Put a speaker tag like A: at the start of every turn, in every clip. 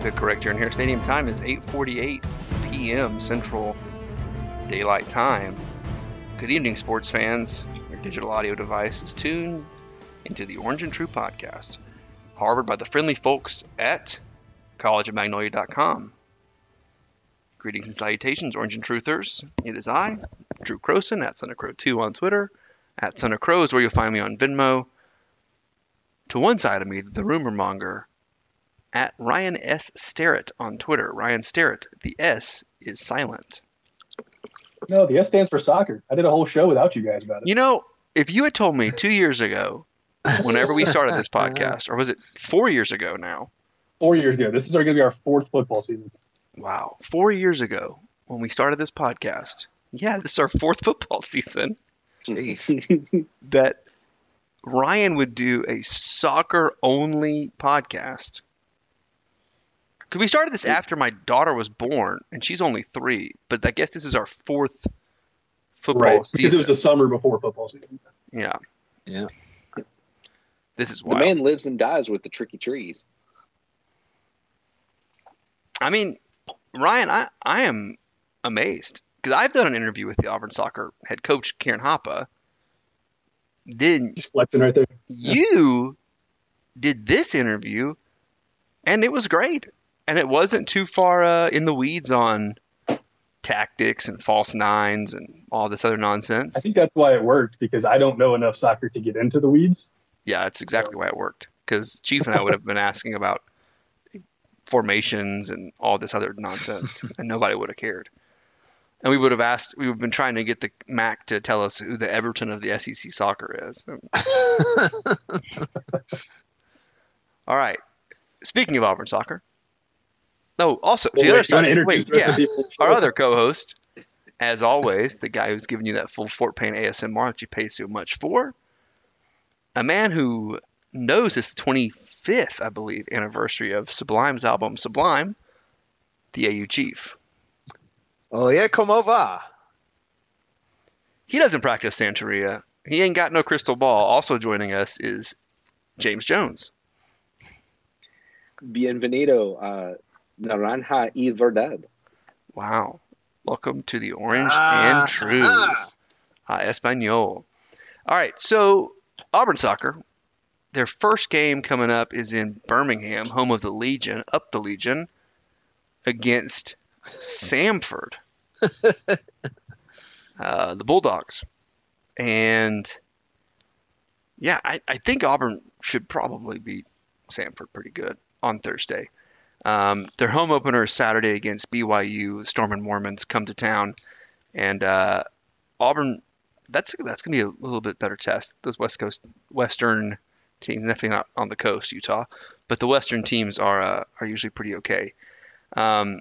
A: The correct turn here. Stadium time is 8:48 p.m. Central Daylight Time. Good evening, sports fans. Your digital audio device is tuned into the Orange and True podcast, harbored by the friendly folks at collegeofmagnolia.com. Greetings and salutations, Orange and Truthers. It is I, Drew Croson, at Son of Crow 2 on Twitter. At Son of Crow is where you'll find me on Venmo. To one side of me, the rumor monger, at Ryan S. Sterrett on Twitter. Ryan Sterrett, the S is silent.
B: No, the S stands for soccer. I did a whole show without you guys about it.
A: You know, if you had told me two years ago, whenever we started this podcast, or was it four years ago now?
B: Four years ago. This is going to be our fourth football season.
A: Wow, four years ago when we started this podcast. Yeah, this is our fourth football season. that Ryan would do a soccer only podcast. Because we started this after my daughter was born, and she's only three, but I guess this is our fourth football
B: Because it
A: season.
B: was the summer before football season.
A: yeah.
C: Yeah.
A: This is
C: The
A: wild.
C: man lives and dies with the tricky trees.
A: I mean, Ryan, I, I am amazed because I've done an interview with the Auburn soccer head coach, Karen Hoppe. Then
B: Flexing right there.
A: you did this interview and it was great and it wasn't too far uh, in the weeds on tactics and false nines and all this other
B: I
A: nonsense
B: think that's why it worked because I don't know enough soccer to get into the weeds.
A: yeah that's exactly why it worked because chief and i would have been asking about formations and all this other nonsense and nobody would have cared and we would have asked we would have been trying to get the mac to tell us who the everton of the sec soccer is all right speaking of auburn soccer no also to
B: Well,
A: the other
B: wait, you wanna
A: side
B: introduce
A: wait,
B: the rest
A: yeah
B: of the people?
A: our other co-host, as always, the guy who's giving you that full Fort Payne ASMR that you pay so much for, a man who knows his 25th, I believe, anniversary of Sublime's album Sublime, the AU Chief.
D: Oh yeah, come over.
A: He doesn't practice Santeria. He ain't got no crystal ball. Also joining us is James Jones.
C: Bienvenido, uh, Naranja y Verdad.
A: Wow. Welcome to the Orange
D: Ah,
A: and True.
D: ah.
A: Ah, Espanol. All right, so Auburn soccer, their first game coming up is in Birmingham, home of the Legion, up the Legion, against Samford, uh, the Bulldogs. And yeah, I, I think Auburn should probably beat Samford pretty good on Thursday. Um, their home opener is Saturday against BYU. Storm and Mormons come to town, and uh, Auburn. That's that's gonna be a little bit better test. Those West Coast Western teams, definitely not on the coast, Utah, but the Western teams are uh, are usually pretty okay. Um,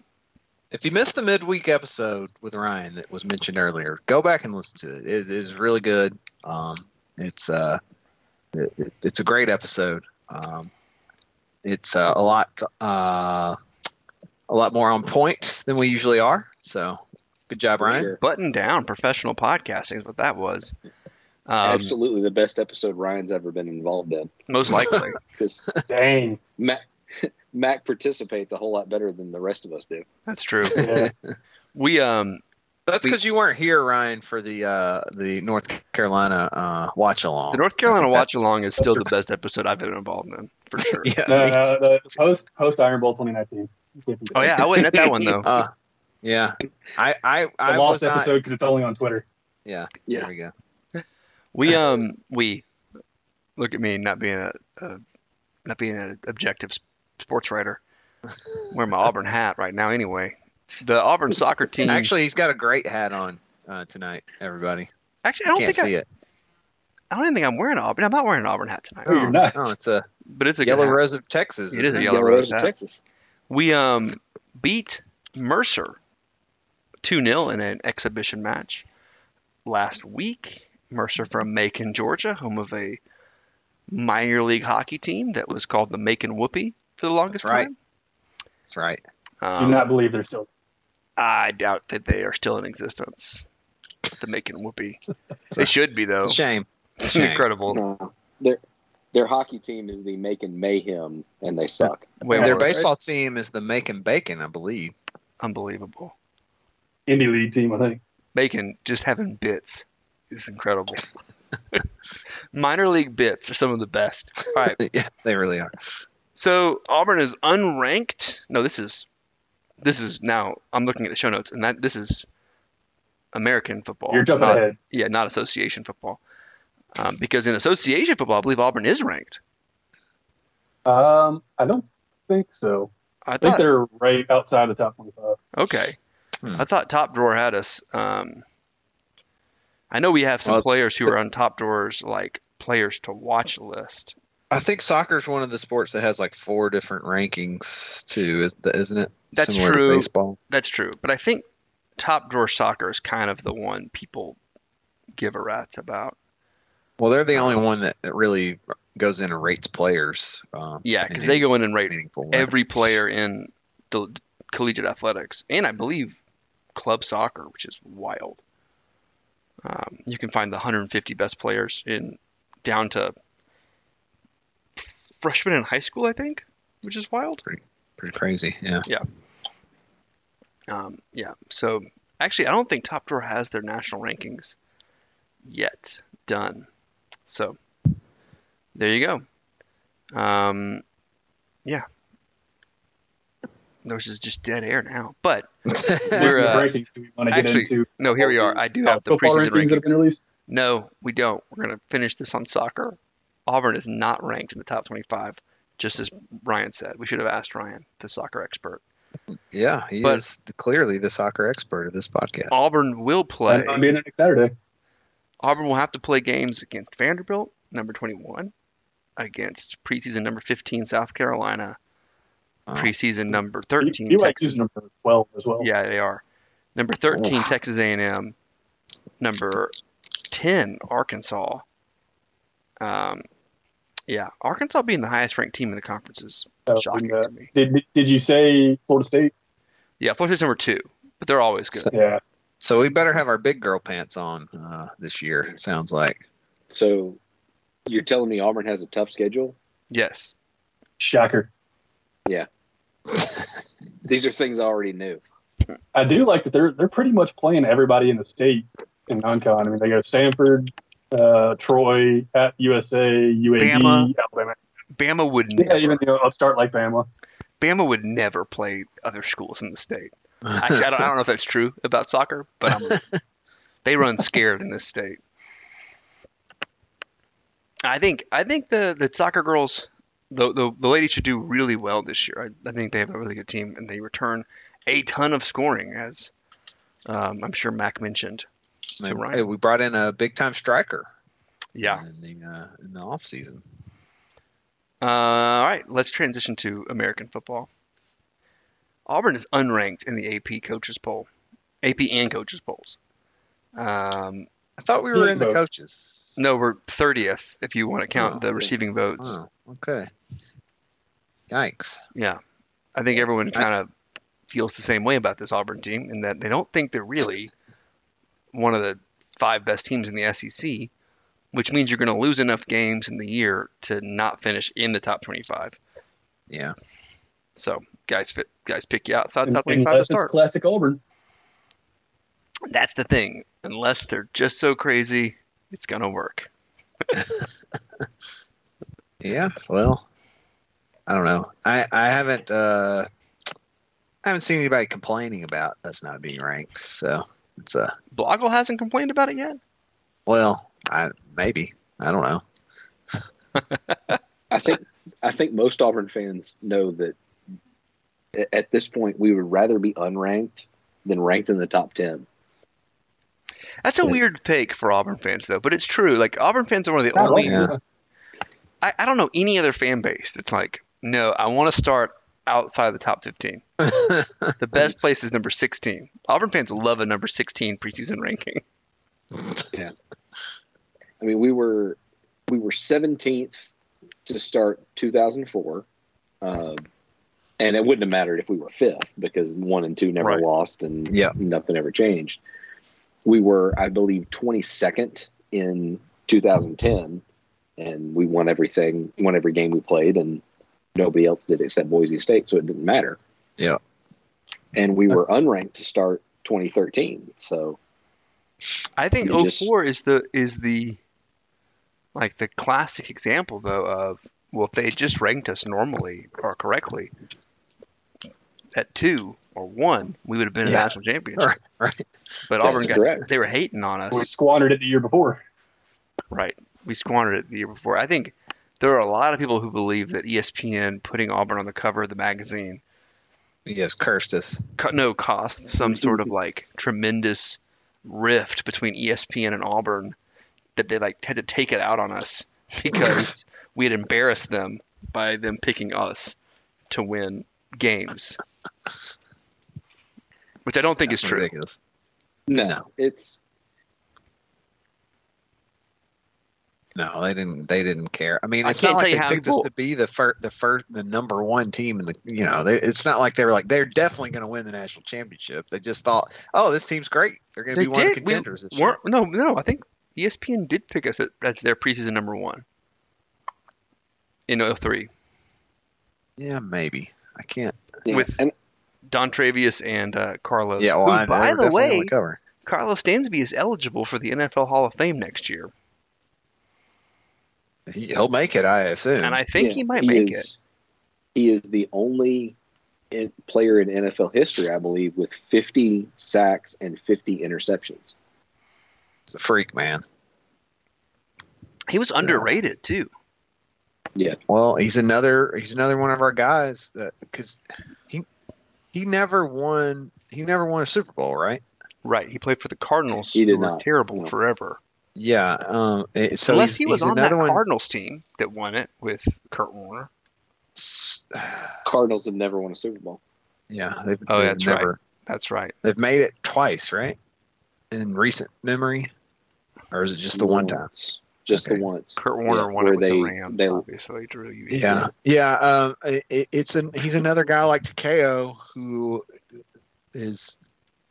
D: If you missed the midweek episode with Ryan that was mentioned earlier, go back and listen to it. It is really good. Um, it's uh, it, it- it's a great episode. Um, it's uh, a lot uh, a lot more on point than we usually are. So good job,
C: for
D: Ryan.
C: sure.
A: button down professional podcasting is what that was. Um,
C: Absolutely the best episode Ryan's ever been involved in
A: most likely.
C: because
B: Dang.
C: Mac, Mac participates a whole lot better than the rest of us do.
A: That's true.
B: Yeah.
A: We um
D: That's
A: We-
D: because you weren't here, Ryan, for the uh, the North Carolina uh, watch along.
A: the North Carolina watch
D: That's-
A: along is still the best episode I've been involved in for sure.
D: Yeah.
B: No, no, no, the post post Iron Bowl 2019. Can't be
A: Oh yeah, I wasn't at that one though.
D: Uh, yeah. I I
B: The
D: I was
B: lost
D: not-
B: episode because it's only on Twitter.
D: Yeah. There
C: Yeah,
D: we go.
A: We um we look at me not being a, a not being an objective s- sports writer. wearing my Auburn hat right now anyway. The Auburn soccer team.
D: Actually, he's got a great hat on uh, tonight, everybody.
A: actually, I don't
D: Can't
A: think I,
D: see it.
A: I don't even think I'm wearing an Auburn. I'm not wearing an Auburn hat tonight.
B: No, you're not.
D: No, it's a
A: But Oh, it's a good
D: Yellow
A: hat.
D: Rose of Texas.
A: It is a
D: isn't
A: Yellow
C: Yellow
A: Rose
C: Rose of
A: hat.
C: Texas.
A: We um beat Mercer 2 0 in an exhibition match last week. Mercer from Macon, Georgia, home of a minor league hockey team that was called the Macon Whoopee for the longest
D: That's right.
A: time.
D: That's right.
B: Do
A: Um,
B: not believe they're still.
A: I doubt that they are still in existence. The Macon Whoopee. they should be, though.
D: It's a shame. It's a shame.
A: Incredible.
C: No, their their hockey team is the Macon Mayhem, and they suck.
A: Way
D: Their
A: more-
D: baseball team is the Macon Bacon, I believe.
A: Unbelievable.
B: Indy league team, I think.
A: Bacon just having bits is incredible. Minor league bits are some of the best. All right.
D: yeah, they really are.
A: So Auburn is unranked. No, this is this is now I'm looking at the show notes and that this is American football.
B: You're jumping
A: not-
B: ahead.
A: Yeah, not association football. Um, because in association football, I believe Auburn is ranked.
B: Um, I don't think so.
A: I
B: I think
A: thought
B: they're right outside the top 25.
A: okay.
D: Hmm.
A: I thought Top Drawer had us. Um, I know we have some
D: Well,
A: players who are on Top Drawer's like players to watch list.
D: I think soccer is one of the sports that has like four different rankings too, is- isn't it?
A: That's
D: Similar
A: true.
D: to baseball.
A: That's true, but I think top drawer soccer is kind of the one people give a rat's about.
D: Well, they're the
A: Uh-huh.
D: only one that, that really goes in and rates players. Um,
A: Yeah,
D: in
A: because
D: a
A: they go in and rate
D: meaningful way.
A: every player in the collegiate athletics, and I believe club soccer, which is wild. Um, you can find the 150 best players in down to freshmen in high school, I think, which is wild.
D: pretty crazy. Yeah,
A: Um, yeah. So actually, I don't think Top Drawer has their national rankings yet done. So there you go. Um, yeah. This is just dead air now. But we're,
B: The
A: uh,
B: rankings do we want to get
A: actually,
B: into?
A: no, here we are. I do
B: college
A: have the
B: football
A: preseason
B: rankings that
A: rankings.
B: have been released.
A: No, we don't. We're going to finish this on soccer. Auburn is not ranked in the top 25, just as Ryan said. We should have asked Ryan, the soccer expert.
D: yeah. He
A: But-
D: is clearly the soccer expert of this podcast.
A: Auburn will play.
B: And on being next Saturday.
A: Auburn will have to play games against Vanderbilt, number 21, against preseason number 15 South Carolina,
D: Wow.
A: preseason number 13
B: BYU is
A: Texas.
B: number 12 as well.
A: Yeah, they are. Number 13 Texas A&M, number 10 Arkansas. Um, yeah, Arkansas being the highest ranked team in the conference is
B: So,
A: shocking
B: uh,
A: to me.
B: did, did you say Florida State?
A: Yeah, Florida State's number two, but they're always good.
D: So-
B: Yeah.
D: So we better have our big girl pants on uh, this year. Sounds like.
C: So you're telling me Auburn has a tough schedule?
A: yes.
B: Shocker.
C: These are things I already knew.
B: I do like that they're they're pretty much playing everybody in the state in non-con. I mean, they go Sanford, uh, Troy, at USA, UAB,
A: Bama.
B: Alabama.
A: Bama would
B: Yeah,
A: never,
B: even you know, upstart like Bama.
A: Bama would never play other schools in the state. I, I, don't, I don't know if that's true about soccer, but I'm, they run scared in this state. I think I think the, the soccer girls, the, the the ladies should do really well this year. I, I think they have a really good team, and they return a ton of scoring, as um, I'm sure Mac mentioned.
D: They-
A: Right.
D: hey, we brought in a big time striker.
A: Yeah.
D: In the uh, in the off season.
A: Uh, all right, let's transition to American football. Auburn is unranked in the AP coaches poll, AP and coaches polls. Um,
D: I thought we were in the
B: Vote.
D: coaches.
A: No, we're thirtieth if you want to count
D: Oh,
A: the
D: okay.
A: receiving votes.
D: Oh, okay. Yikes.
A: Yeah, I think everyone kind of feels the same way about this Auburn team in that they don't think they're really one of the five best teams in the SEC, which means you're going to lose enough games in the year to not finish in the top twenty-five.
D: Yeah.
A: So guys, fit, guys, pick you outside the top twenty-five to
B: Unless it's
A: start.
B: classic Auburn.
A: That's the thing. Unless they're just so crazy, it's going to work.
D: Yeah. Well, I don't know. I I haven't uh I haven't seen anybody complaining about us not being ranked. So it's a
A: Bloggle hasn't complained about it yet.
D: well, I maybe I don't know.
C: I think I think most Auburn fans know that a- at this point, we would rather be unranked than ranked in the top 10.
A: That's a
C: Yeah.
A: weird pick for Auburn fans, though, but it's true. Like Auburn fans are one of the
B: I like
A: only.
B: it.
A: I, I don't know any other fan base that's like, no, I want to start outside the top fifteen. the best place is number sixteen. Auburn fans love a number sixteen preseason ranking.
C: I mean, we were we were 17th to start 2004, um, and it wouldn't have mattered if we were fifth because one and two never
A: Right.
C: lost and
D: Yeah.
C: nothing ever changed. We were, I believe, 22nd in 2010, and we won everything, won every game we played, and nobody else did except Boise State, so it didn't matter.
D: Yeah.
C: And we were unranked to start 2013, so
A: I think
C: You
A: 04
C: just-
A: is the is the like the classic example though of well if they had just ranked us normally or correctly at two or one we would have been a
D: Yeah.
A: national championship.
D: Right, right.
A: But
C: That's
A: Auburn got
C: correct.
A: they were hating on
B: We
A: us.
B: squandered it the year before.
A: Right. We squandered it the year before. I think there are a lot of people who believe that E ESPN putting Auburn on the cover of the magazine
D: Yes, cursed us.
A: co- no cost some sort of like tremendous rift between E ESPN and Auburn that they like had to take it out on us because we had embarrassed them by them picking us to win games. Which I don't think
D: That's
A: is true.
D: ridiculous.
C: no,
D: No.
C: it's
D: No, they didn't. They didn't care. I mean,
A: I
D: it's
A: can't
D: not
A: tell
D: like
A: you
D: they
A: how
D: picked
A: people-
D: us to be the first, the first, the number one team in the. You know, they, it's not like they were like they're definitely going to win the national championship. They just thought, oh, this team's great. They're going to
A: They
D: be one of the
A: did. We
D: contenders this year.
A: weren't- no, no, I think E ESPN did pick us as their preseason number one in 03.
D: Yeah, maybe. I can't.
C: yeah.
A: With-
C: and
A: Don Travius and uh, Carlos.
D: Yeah, well,
A: who,
D: I,
A: by
D: they were
A: the
D: definitely on
A: way,
D: the cover.
A: Carlos Dansby is eligible for the NFL Hall of Fame next year,
D: He- He'll make it, I assume.
A: and I think
C: Yeah,
A: he might make it.
C: is- He is the only in, player in NFL history, I believe, with 50 sacks and 50 interceptions.
D: He's a freak, man.
A: He was
D: Yeah.
A: underrated too.
D: Well, he's another he's another one of our guys because he he never won he never won a Super Bowl, right?
A: Right, he played for the Cardinals.
C: He did
A: who were
C: not,
A: terrible
C: no.
A: forever.
D: Yeah. Um. eh, So
A: Unless
D: he's,
A: he was
D: he's
A: on that
D: another one.
A: Cardinals team that won it with Kurt Warner.
D: s-
C: Cardinals have never won a Super Bowl.
D: Yeah. They've,
A: Oh,
D: they've
A: that's right.
D: never,
A: That's right.
D: They've made it twice, right? In recent memory, or is it just the one time?
C: Once. Just
D: Okay.
C: the once.
A: Kurt Warner
C: Yeah,
A: won
C: where
A: it with
C: they-
A: the Rams.
C: they-
A: obviously, Drew. You
D: Yeah, yeah. Um, it, it's an he's another guy like Takeo who is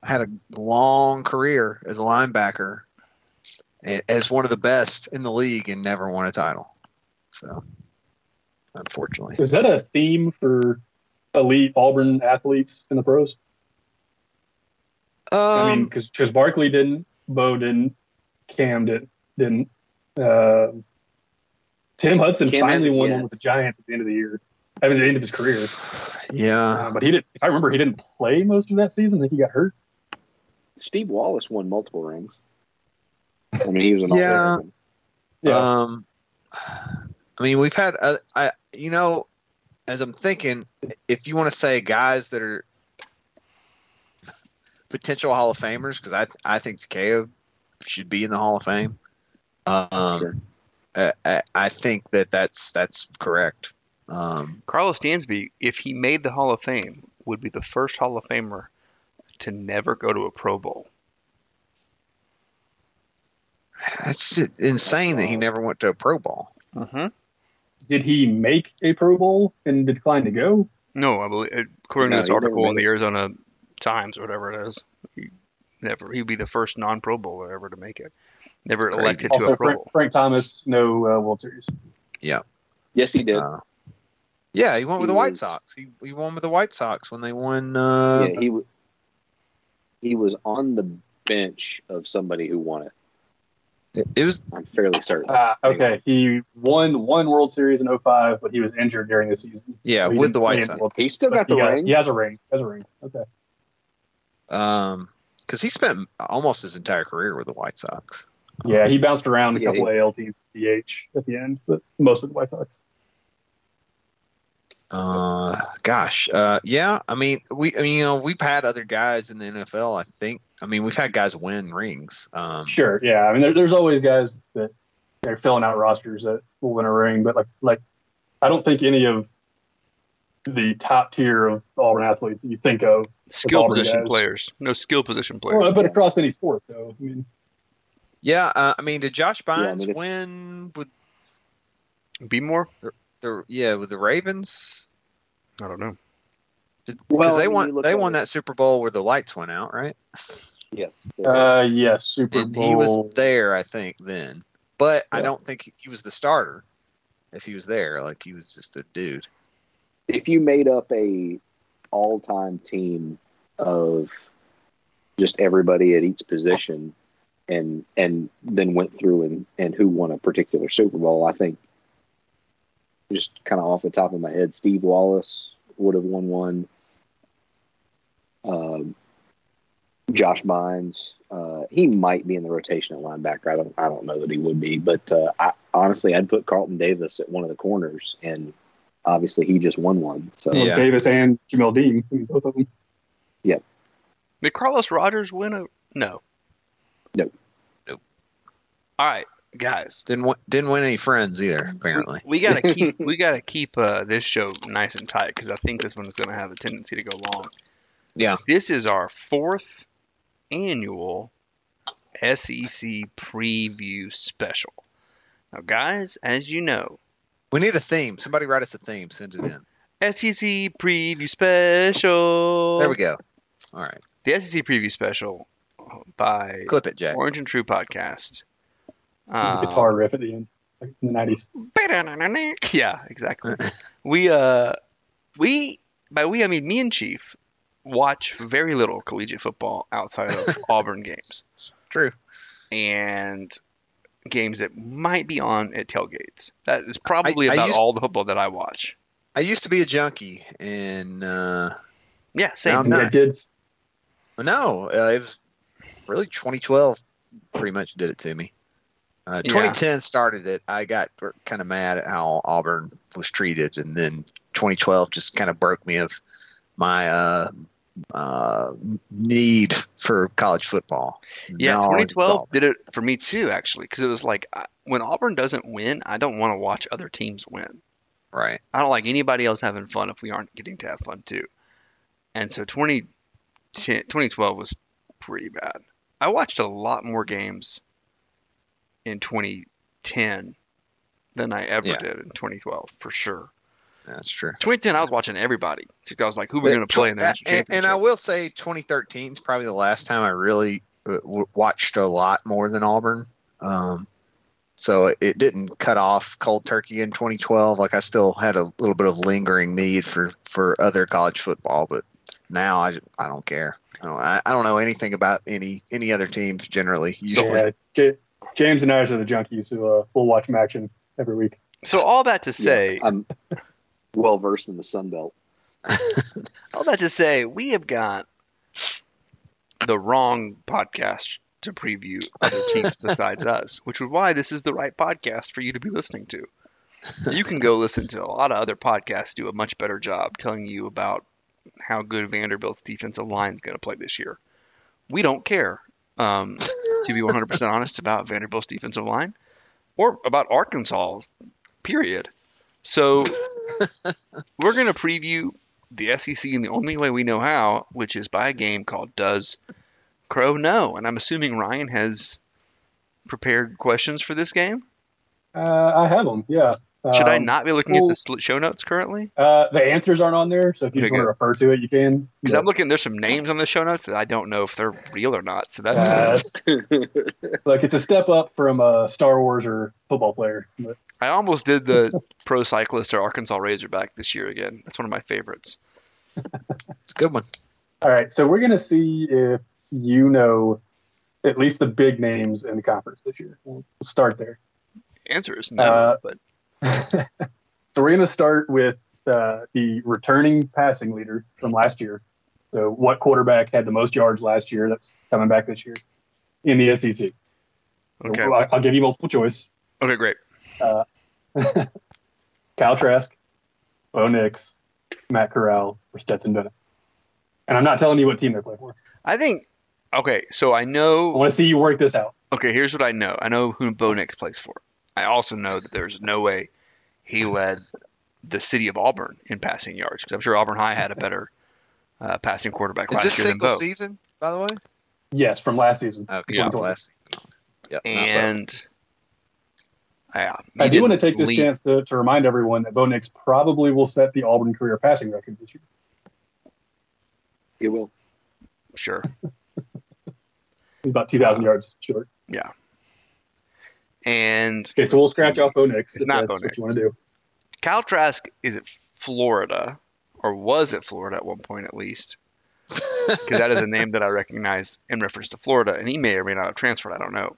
D: had a long career as a linebacker, a- as one of the best in the league, and never won a title. So, unfortunately,
B: Is that a theme for elite Auburn athletes in the pros?
D: um,
B: I mean, because Barkley didn't, Bo didn't, Cam didn't. didn't. Uh, Tim Hudson
C: Cam
B: finally
C: hasn't
B: won
C: yet.
B: one with the Giants at the end of the year. I mean, at the end of his career.
D: yeah,
B: Uh, but he didn't. If I remember, he didn't play most of that season. I think he got hurt.
C: Steve Wallace won multiple rings. I mean, he was an
D: Yeah.
C: all-around. Uh.
B: Yeah.
D: Um, I mean, we've had, uh, I, you know, as I'm thinking, if you want to say guys that are potential Hall of Famers, because I, I think Takeo should be in the Hall of Fame. Um,
C: Sure.
D: I- I, I think that that's that's correct. Um,
A: Carlos Dansby, if he made the Hall of Fame, would be the first Hall of Famer to never go to a Pro Bowl.
D: that's just insane that he never went to a Pro Bowl.
A: Mm-hmm.
B: Did he make a Pro Bowl and decline to go?
A: No, I believe uh, according
C: No,
A: to this
C: he never
A: article in
C: made
A: the Arizona Times or whatever it is, he never he'd be the first non-Pro Bowler ever to make it. Never
D: Crazy.
A: elected to
B: Also,
A: a Pro
B: Frank,
A: Bowl.
B: Frank Thomas, no uh, World Series.
C: Yes, he did.
D: Uh, yeah, he won with
C: He
D: the White
C: was-
D: Sox. He, he won with the White Sox when they won. Uh,
C: yeah, he w- he was on the bench of somebody who won it.
D: it- it was
C: I'm fairly certain.
B: Ah, okay. He won one World Series in 05, but he was injured during the season.
D: yeah
B: So he
D: with
B: didn't
D: the
B: play
D: White
B: in
D: Sox.
B: World
C: he still
B: But
C: got the
B: he
C: ring.
B: He has a ring. Has a ring. Okay.
D: Um 'cause because he spent almost his entire career with the White Sox.
B: Yeah, he bounced around a
C: Yeah,
B: couple ALTs, DH at the end, but mostly the White Sox.
D: Uh, gosh, uh, yeah. I mean, we, I mean, you know, we've had other guys in the NFL. I think. I mean, we've had guys win rings. Um,
B: Sure, yeah. I mean, there, there's always guys that they're filling out rosters that will win a ring, but like, like I don't think any of the top tier of Auburn athletes that you think of,
A: Skill
B: Auburn
A: position
B: guys.
A: players. No skill position players.
B: well, but across any sport though. I mean,
D: Yeah. Uh, I mean, did Josh
C: I
D: Bynes
C: mean, if-
D: win with
A: Be more?
D: the yeah with the Ravens?
A: I don't know.
D: Because
C: Well,
D: they
C: I mean, you
D: won
C: look
D: they
C: at
D: won
C: it.
D: that Super Bowl where the lights went out, right?
C: Yes.
B: uh, yeah, Super
D: and
B: Bowl.
D: he was there, I think, then. But I
B: Yeah.
D: don't think he was the starter. If he was there, like he was just a dude.
C: if you made up a all-time team of just everybody at each position and and then went through and and who won a particular super bowl i think just kind of off the top of my head steve wallace would have won one um, josh bynes uh, he might be in the rotation at linebacker i don't i don't know that he would be but uh, I, honestly i'd put carlton davis at one of the corners and obviously he just won one so
B: Well,
D: Yeah.
B: Davis and Jamel Dean, I mean, both of them.
A: Did Carlos Rogers win a. No.
C: Nope.
D: Nope.
A: All right, guys.
D: Didn't w- didn't win any friends either, apparently.
A: We gotta keep we gotta keep uh, this show nice and tight because I think this one is gonna have a tendency to go long.
D: Yeah.
A: This is our fourth annual SEC preview special. Now, guys, as you know,
D: We need a theme. Somebody write us a theme. Send it in.
A: SEC E preview special.
D: There we go. All right,
A: The SEC preview special by
D: clip it, Jack.
A: Orange and True podcast.
D: Ah.
B: His
A: Um,
B: guitar riff at the end, like in the nineties.
A: Yeah, exactly. we uh we by we I mean me and Chief watch very little collegiate football outside of Auburn games
D: True.
A: and games that might be on at tailgates. That is probably
D: I
A: about
D: used-
A: all the football that I watch.
D: I used to be a junkie, and uh,
A: Yeah, same.
D: I'm not.
B: did.
D: no, uh, it was really 2012. Pretty much did it to me. Uh,
A: Yeah.
D: 2010 started it. I got kind of mad at how Auburn was treated, and then 2012 just kind of broke me of my uh, uh, need for college football.
A: yeah,
D: Now it's
A: 2012
D: Auburn.
A: did it for me too actually because it was like I, when Auburn doesn't win, I don't want to watch other teams win.
D: Right.
A: I don't like anybody else having fun if we aren't getting to have fun too. And so 2010, 2012 was pretty bad. I watched a lot more games in 2010 than I ever
D: Yeah.
A: did in 2012 for sure.
D: That's true.
A: 2010, I was watching everybody. I was like, who are we
D: Yeah,
A: going to play in
D: tw-
A: the national
D: and,
A: championship?
D: and I will say 2013 is probably the last time I really uh, w- watched a lot more than Auburn. Um, so it, it didn't cut off cold turkey in 2012. Like I still had a little bit of lingering need for, for other college football, but now I, just- I don't care. I don't, I, I don't know anything about any any other teams generally. Usually,
B: Yeah, J- James and I are the junkies who uh, will watch him action every week.
A: so all that to say,
C: I'm well versed in the Sun Belt.
A: all that to say, we have got the wrong podcast to preview other teams besides us, which is why this is the right podcast for you to be listening to. You can go listen to a lot of other podcasts do a much better job telling you about how good Vanderbilt's defensive line is going to play this year. We don't care, um, to be 100% honest, about Vanderbilt's defensive line or about Arkansas, period. So we're going to preview the SEC in the only way we know how, which is by a game called Does Crow Know? And I'm assuming Ryan has prepared questions for this game.
B: Uh, I have them. Yeah.
A: Should I
B: Um,
A: not be looking
B: well-
A: at the sl- show notes currently?
B: Uh, the answers aren't on there, so if you
A: Okay,
B: just want
A: good.
B: to refer to it, you can.
A: Because
B: But,
A: I'm looking, there's some names on the show notes that I don't know if they're real or not. So that's
B: uh, look, it's a step up from a Star Wars or football player. But
A: I almost did the pro cyclist or Arkansas Razorback this year again. That's one of my favorites.
D: it's a good one.
B: all right, so we're gonna see if you know at least the big names in the conference this year. We'll we'll start there.
A: Answer is no,
B: Uh,
A: but
B: So we're gonna start with uh, the returning passing leader from last year. So what quarterback had the most yards last year? That's coming back this year in the SEC.
A: okay,
B: I'll- I'll give you multiple choice.
A: okay, great.
B: Kyle Trask, Bo Nix, Matt Corral, or Stetson Bennett. And I'm not telling you what team they play for.
A: I think. Okay, so I
B: I
A: know
B: want to see you work this out.
A: Okay, here's what I know. I know who Bo Nix plays for. I also know that there's no way he led the city of Auburn in passing yards because I'm sure Auburn High had a better uh, passing quarterback
D: Is
A: last
D: this
A: year than
D: single
A: Bo.
D: season, by the way?
B: Yes, from last season.
D: Okay,
B: Yeah.
D: last season. Yep, not Bo.
A: And yeah,
B: I
A: he
B: do want to
A: didn't
B: take this
A: lead.
B: chance to, to remind everyone that Bo Nix probably will set the Auburn career passing record this year.
C: It will.
A: Sure,
B: He's about 2,000 yards short.
A: and
B: Okay, so we'll scratch off Bo Nix if
A: Not
B: that's
A: Bo
B: what
A: Nix.
B: you want to do.
A: Kyle Trask is at Florida, or was at Florida at one point at least, because that is a name that I recognize in reference to Florida, and he may or may not have transferred. I don't know.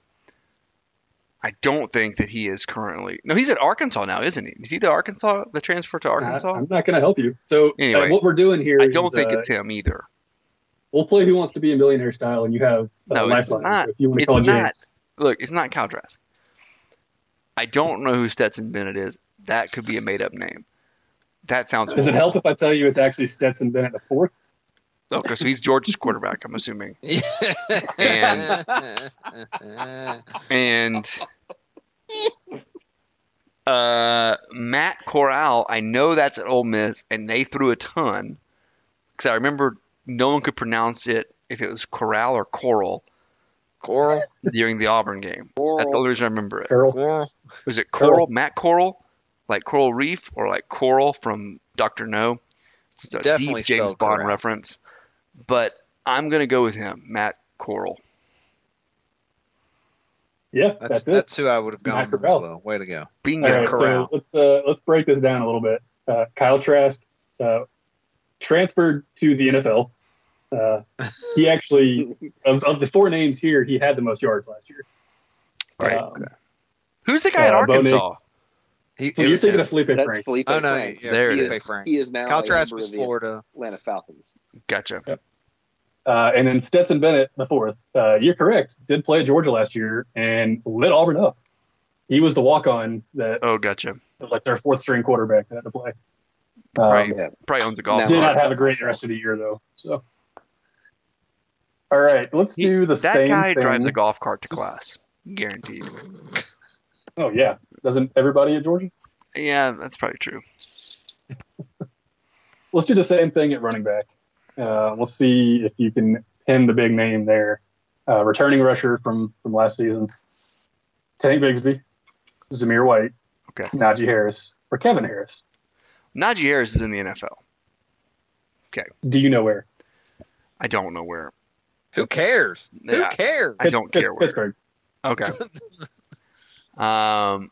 A: I don't think that he is currently. No, he's at Arkansas now, isn't he? Is he the Arkansas, the transfer to Arkansas?
B: I, am not going to help you. So uh,
A: Anyway,
B: what we're doing here
A: I,
B: is,
A: don't think
B: uh,
A: it's him either.
B: we'll play Who Wants to Be a Millionaire style, and you have uh,
A: No, it's
B: lifelines.
A: not.
B: So if you want to
A: It's
B: call
A: not.
B: James,
A: Look, it's not Kyle Trask. I don't know who Stetson Bennett is. That could be a made-up name. That sounds.
B: does it help if I tell you it's actually Stetson Bennett the fourth?
A: Okay, so he's Georgia's quarterback. I'm assuming. And- and uh, Matt Corral. I know that's at Ole Miss, and they threw a ton because I remember no one could pronounce it if it was Corral or Coral
D: Coral.
A: during the Auburn game. That's the only reason I remember it.
B: Carol.
D: Coral.
A: Was it
B: Coral.
A: Coral, Matt Coral, like Coral Reef, or like Coral from Doctor No? It's a
D: definitely
A: deep James
D: spelled
A: Bond
D: Corral.
A: reference, but I'm gonna go with him, Matt Coral.
B: Yeah,
D: That's
B: that's, it.
D: that's who I would have gone
B: Matt
D: with as
B: Corral.
D: well. Way to go.
A: Bingo,
B: All right,
A: Corral.
B: so let's uh, let's break this down a little bit. Uh, Kyle Trask uh, transferred to the NFL. Uh, he actually, of, of the four names here, he had the most yards last year.
A: Right.
B: Um,
A: Who's the guy at
B: uh, Bo Nix.
A: Arkansas?
D: He,
B: so
D: it
B: you're
D: was
B: thinking
D: him.
B: of Felipe
C: That's
B: Franks.
C: Felipe
D: Oh, no,
C: Franks.
D: yeah,
A: There it
C: he
A: is.
D: Felipe Franks.
C: He is now
D: Kyle
C: a
D: Trask
C: member
D: was
C: of the
D: Florida.
C: Atlanta Falcons.
A: Gotcha.
B: Uh, and then Stetson Bennett, the fourth. Uh, you're correct. Did play at Georgia last year and lit Auburn up. He was the walk-on that
A: Oh, gotcha.
B: was like their fourth-string quarterback that had to play. Um,
A: Right.
C: Yeah.
A: Probably owns a golf
C: Now-
B: Did not
A: cart.
B: have a great rest of the year though. So, all right, let's
A: He-
B: do the
A: That
B: same
A: guy
B: thing.
A: drives a golf cart to class, guaranteed.
B: Oh yeah, doesn't everybody at Georgia?
A: Yeah, that's probably true.
B: Let's do the same thing at running back. Uh, we'll see if you can pin the big name there. Uh, returning rusher from from last season, Tank Bigsby, Zamir White,
A: Okay.
B: Najee Harris, or Kevin Harris.
A: Najee Harris is in the NFL.
B: Do you know where?
A: I don't know where.
D: Who cares? Who
A: Yeah.
D: cares?
A: I don't
B: Pitts-
A: care where.
B: Pittsburgh.
A: Okay. um,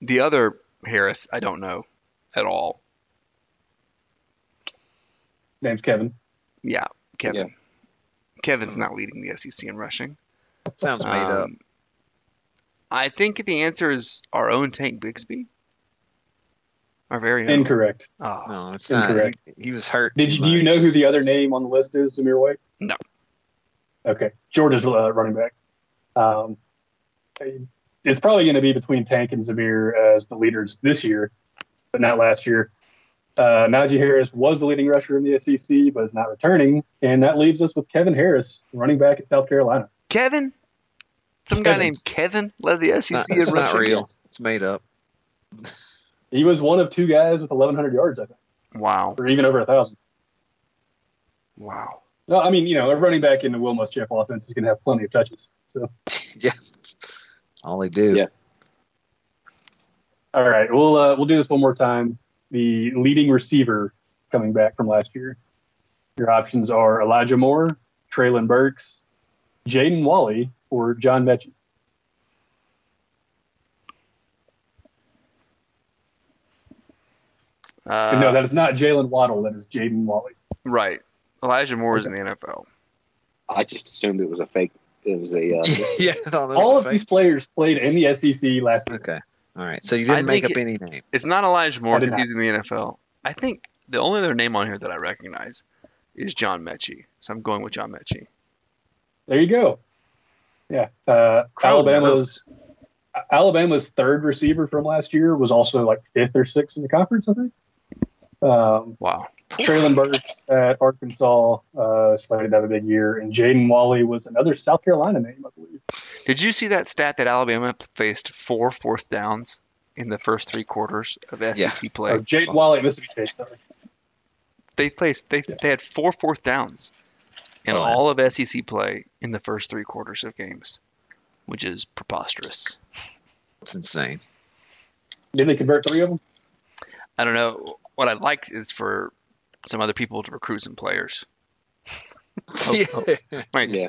A: the other Harris, I don't know at all.
B: Name's Kevin.
A: Yeah, Kevin. Kevin's not leading the SEC in rushing.
D: Sounds made up.
A: Um, I think the answer is our own Tank Bigsby. Our very own.
B: Incorrect.
A: Oh,
D: No, it's not.
B: incorrect.
D: He, he was hurt.
B: Did
D: too
B: you, do you
D: much.
B: know who the other name on the list is? Zamir White.
A: No.
B: Okay, Georgia's uh, running back. Um, it's probably going to be between Tank and Zamir as the leaders this year, but not last year. Uh, Najee Harris was the leading rusher in the SEC, but is not returning, and that leaves us with Kevin Harris, running back at South Carolina.
A: Kevin? Some guy
B: Kevin.
A: named Kevin led the
D: It's
A: SEC
D: not,
A: in
D: it's not
A: rushing.
D: real. It's made up.
B: He was one of two guys with 1,100 yards, I think,
A: Wow.
B: or even over a thousand.
A: Wow.
B: No, I mean, you know, a running back in the Will Muschamp offense is going to have plenty of touches. So,
D: yeah. All they do.
C: Yeah.
B: all right, we'll uh, we'll do this one more time. The leading receiver coming back from last year. Your options are Elijah Moore, Traylon Burks, Jaden Wally, or John Mechie.
A: Uh,
B: no, that is not Jalen Waddle. That is Jaden Wally.
A: right. Elijah Moore is in the NFL.
C: I just assumed it was a fake. It was a. Uh,
D: yeah. I thought that
B: All
D: was
B: of
D: a
B: these
D: fake.
B: players played in the SEC last season.
D: Okay. All right. So you
A: I
D: didn't make up
A: think
D: any name.
A: It's not Elijah Moore
B: I did
A: because he's in the NFL. I think the only other name on here that I recognize is John Mechie. So I'm going with John Mechie.
B: There you go. Yeah, uh,
A: Crowder.
B: Alabama's Alabama's third receiver from last year was also like fifth or sixth in the conference, I think. Um,
A: Wow.
B: Traylon Burks at Arkansas uh, slated to have a big year, and Jaden Wally was another South Carolina name, I believe.
A: Did you see that stat that Alabama faced four fourth downs in the first three quarters of SEC
D: Yeah.
A: play?
B: Oh, Jaden Wally, at Mississippi State. Sorry.
A: They placed they they had four fourth downs in
E: Saw that.
A: all of SEC play in the first three quarters of games, which is preposterous.
D: It's insane.
B: Did they convert three of them?
A: I don't know. What I'd like is for some other people to recruit some players. Oh, Right.
C: Yeah.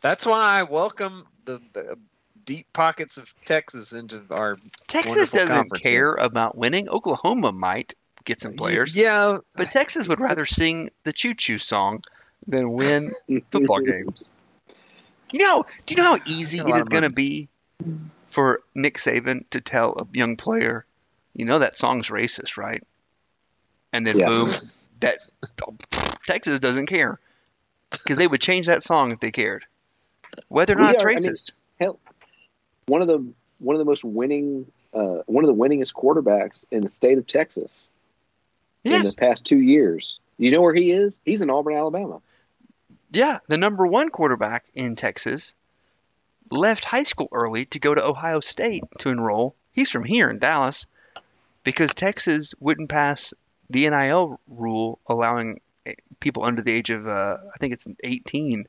D: That's why I welcome the, the deep pockets of Texas into our
A: Texas
D: Wonderful
A: doesn't
D: conference,
A: care about winning. Oklahoma might get some players,
D: Yeah,
A: but Texas would rather sing the choo choo song than win football games. You know, do you know how easy
D: Got
A: it
D: a lot
A: is
D: of
A: going to
D: money.
A: be for Nick Saban to tell a young player, you know that song's racist, right? And then
C: Yeah.
A: boom, that Texas doesn't care because they would change that song if they cared, whether or
C: Well,
A: not
C: yeah, I
A: it's
C: mean-
A: racist.
C: Hell, one of the one of the most winning, uh, one of the winningest quarterbacks in the state of Texas in the
A: yes,
C: past two years. You know where he is? He's in Auburn, Alabama.
A: yeah, the number one quarterback in Texas left high school early to go to Ohio State to enroll. He's from here in Dallas because Texas wouldn't pass the NIL rule allowing eh, people under the age of, uh, I think it's 18.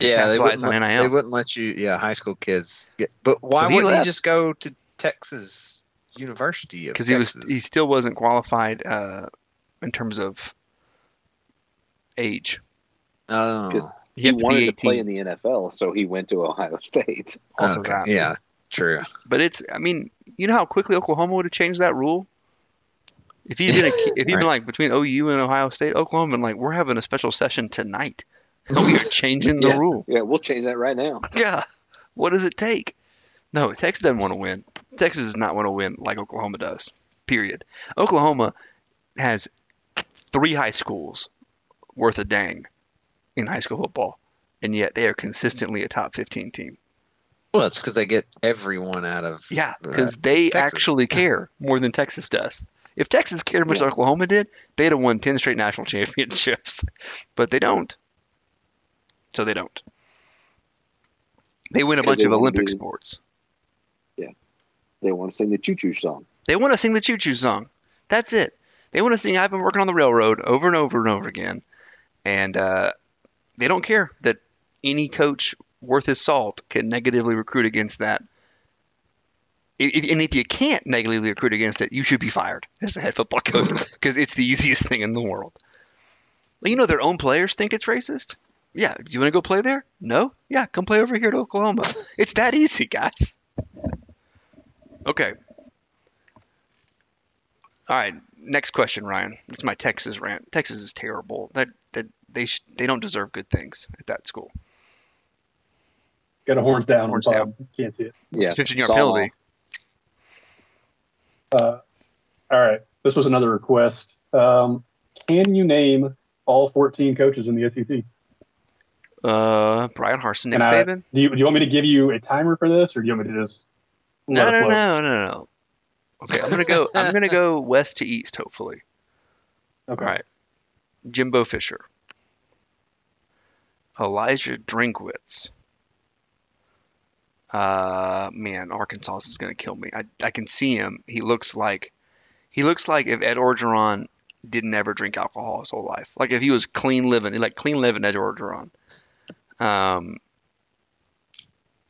D: yeah, they
A: Capitalize
D: wouldn't,
A: on
D: let,
A: NIL.
D: they wouldn't let you. Yeah, high school kids. Get, but why
A: So he
D: wouldn't
A: left.
D: he just go to Texas University of
A: because he was
D: Texas?
A: he still wasn't qualified uh, in terms of age.
D: oh,
C: Because
A: He
C: He
A: had to be
C: wanted to play
A: 18.
C: in the NFL, so he went to Ohio State.
A: also
D: okay,
A: that.
D: yeah, true.
A: But it's I mean you know how quickly Oklahoma would have changed that rule. If he'd been a, ki- if he'd been
D: Right.
A: like between OU and Ohio State, Oklahoma, and like we're having a special session tonight, we are changing the
C: Yeah.
A: rule.
C: Yeah, we'll change that right now.
A: Yeah. What does it take? No, Texas doesn't want to win. Texas does not want to win like Oklahoma does. Period. Oklahoma has three high schools worth a dang in high school football, and yet they are consistently a top 15 team.
D: Well, it's because they get everyone out of
A: Yeah,
D: uh,
A: because they
D: Texas.
A: actually care more than Texas does. If Texas cared as much
C: Yeah.
A: as Oklahoma did, they'd have won 10 straight national championships. But they don't. So they don't. They win a
C: Yeah,
A: bunch
C: they
A: of
C: wanna
A: Olympic
C: be-
A: sports.
C: They want to sing the choo choo song.
A: They want to sing the choo choo song. That's it. They want to sing I've been working on the railroad over and over and over again. And uh, they don't care that any coach worth his salt can negatively recruit against that. I- I- And if you can't negatively recruit against it, you should be fired as a head football coach because it's the easiest thing in the world. Well, You know, their own players think it's racist. Yeah. Do you want to go play there? No? Yeah. Come play over here to Oklahoma. It's that easy, guys. Okay. All right, next question, Ryan. It's my Texas rant. Texas is terrible. That that they sh- they don't deserve good things at that school.
B: Got a horns down.
A: Horns
B: Horns down. Can't see it.
C: Yeah,
A: 15 yard
C: saw.
A: penalty.
B: Uh, all right. This was another request. Um, can you name all 14 coaches in the SEC?
A: Uh, Brian Harson, Nick
B: And I-
A: Saban.
B: Do you, do you want me to give you a timer for this, or do you want me to just?
A: No,
B: let it
A: no, no,
B: flow?
A: no, no. Okay, I'm gonna go. I'm gonna go west to east. Hopefully,
B: Okay.
A: all right. Jimbo Fisher, Elijah Drinkwitz. Uh, man, Arkansas is gonna kill me. I I can see him. He looks like he looks like if Ed Orgeron didn't ever drink alcohol his whole life. Like if he was clean living, like clean living Ed Orgeron. Um,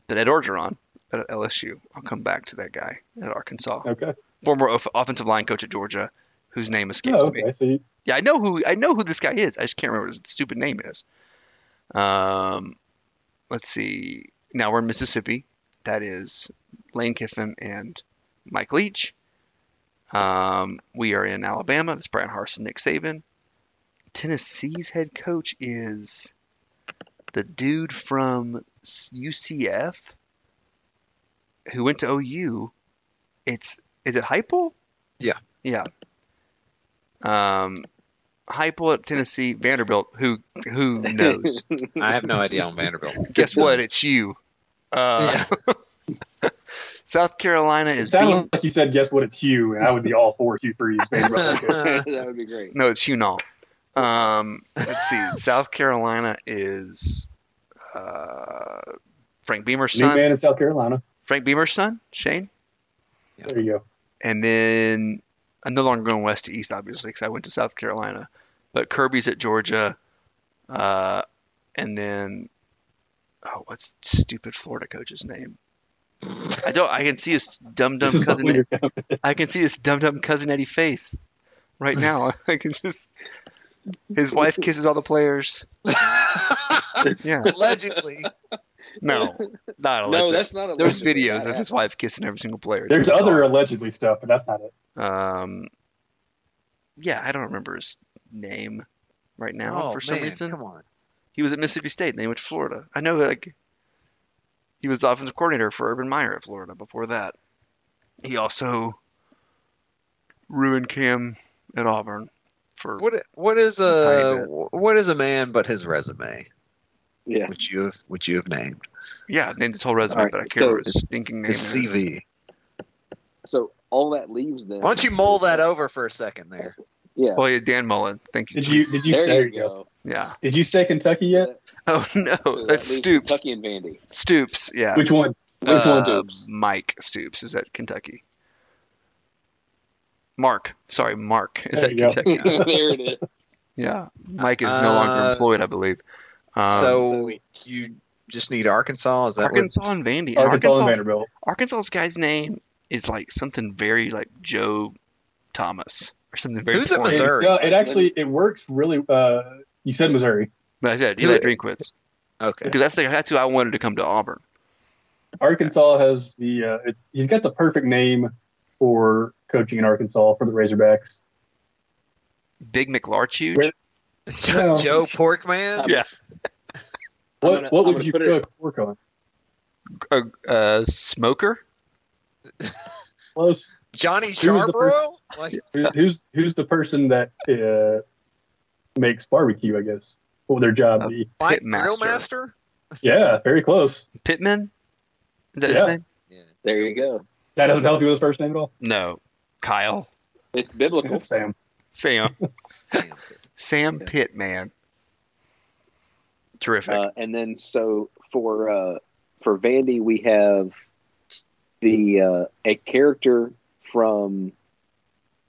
A: but Ed Orgeron at LSU. I'll come back to that guy at Arkansas,
B: Okay.
A: former of- offensive line coach at Georgia, whose name escapes
B: Oh,
A: me.
B: okay. So you,
A: Yeah, I know who I know who this guy is. I just can't remember what his stupid name is. Um, let's see. Now we're in Mississippi. That is Lane Kiffin and Mike Leach. Um, we are in Alabama. That's Brian Harson, Nick Saban. Tennessee's head coach is the dude from UCF who went to OU. It's is it Heupel?
D: Yeah.
A: Yeah. Um, Heupel at Tennessee, Vanderbilt. Who who knows?
D: I have no idea on Vanderbilt.
A: Guess what? It's you. Uh, South Carolina
B: It
A: is being
B: sounded like you said, guess what, it's Hugh, and I would be all for Hugh Freeze being right back.
C: that would be great.
A: No, it's Hunault. Um, let's see. South Carolina is uh, Frank Beamer's
B: New
A: son.
B: man in South Carolina.
A: Frank Beamer's son, Shane.
B: There you go.
A: And then I'm no longer going west to east, obviously, because I went to South Carolina. But Kirby's at Georgia. Uh, and then, oh, what's stupid Florida coach's name? I don't. I can see his dumb dumb
B: This is
A: cousin.
B: what you're coming.
A: I can see his dum dum cousin Eddie face right now. I can just. His wife kisses all the players. Yeah.
D: Allegedly,
A: No.
C: No,
A: Not allegedly.
C: that's not a
A: There's
C: legendary.
A: videos
C: That
A: of his
C: happened.
A: wife kissing every single player.
B: There's other allegedly stuff, but that's not it.
A: Um, yeah, I don't remember his name right now
D: oh
A: for some
D: man,
A: reason.
D: come on.
A: He was at Mississippi State and they went to Florida. I know, like, he was the offensive coordinator for Urban Meyer at Florida before that. He also ruined Cam at Auburn for
D: What what is
A: Tiny
D: a what is a man but his resume,
C: Yeah.
D: which you have which you have named
A: Yeah, I named his whole resume,
C: All right,
A: but I can't
C: so-
A: remember his stinking name.
D: his CV?
C: So all that leaves then.
D: Why don't you mull that over for a second there?
C: Yeah.
A: Oh yeah, Dan Mullen. Thank you.
B: Did you did you
C: there,
B: say
C: you go.
A: Yeah.
B: did you say Kentucky yet?
A: Oh
C: So
A: no,
C: that
A: that's
C: leaves
A: Stoops.
C: Kentucky and Vandy.
A: Stoops. Yeah.
B: Which one? Which
A: Uh,
B: one?
C: Stoops?
A: Mike Stoops is at Kentucky. Mark, sorry, Mark is
B: There
A: at
B: you go.
A: Kentucky.
C: there it is.
A: yeah, Mike is no longer
D: Uh,
A: employed, I believe. Um,
D: so you just need Arkansas? Is that what?
A: Arkansas and Vandy.
B: Arkansas and
A: Arkansas-
B: Vanderbilt.
A: Arkansas's guy's name is like something very like Joe Thomas or something very.
D: Who's at
A: foreign.
D: Missouri?
B: uh, It, no, it actually it works really. Uh, you said Missouri.
A: I said
D: Who
A: Eli
D: it-
A: Drinkwitz.
D: Okay.
A: Because that's the, that's who I wanted to come to Auburn.
B: Arkansas has the uh, it, he's got the perfect name for coaching in Arkansas for the Razorbacks.
A: Big McLarchute.
B: Where-
D: Joe,
B: No.
D: Joe Porkman?
A: Yeah.
C: I'm
B: What
C: gonna- I'm
B: what would
C: gonna
B: you
C: put
B: cook
C: it-
B: work on?
A: a, a Uh, smoker.
B: Close.
D: Johnny
B: Who was the
D: Charbroil? Like,
B: Who- who's who's the person that uh, makes barbecue? I guess what would their job
A: Uh,
B: be?
D: Mike
A: Pitmaster.
D: Grillmaster?
B: Yeah, very close.
A: Pittman? Is that his
B: Yeah.
A: name?
C: There you go.
B: That doesn't help you with his first name at all.
A: No. Kyle.
C: It's biblical.
B: Sam.
A: Sam.
D: Damn.
A: Sam
C: Yeah.
A: Pittman. Terrific.
C: Uh, and then so for uh, for Vandy, we have the uh, a character from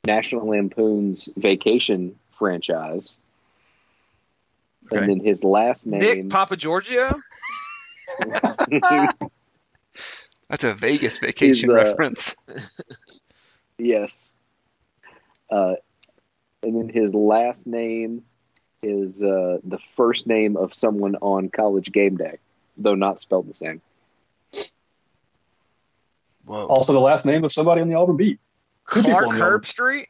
C: National Lampoon's Vacation franchise,
A: Okay.
C: and then his last name.
D: Nick Papa Giorgio?
A: That's a Vegas vacation
C: uh,
A: reference.
C: yes. Uh, and then his last name is uh, the first name of someone on College Game Day, though not spelled the same.
A: Whoa.
B: Also, the last name of somebody on the Auburn beat. Two people
D: Clark
B: on the Auburn-
D: Herbstreet?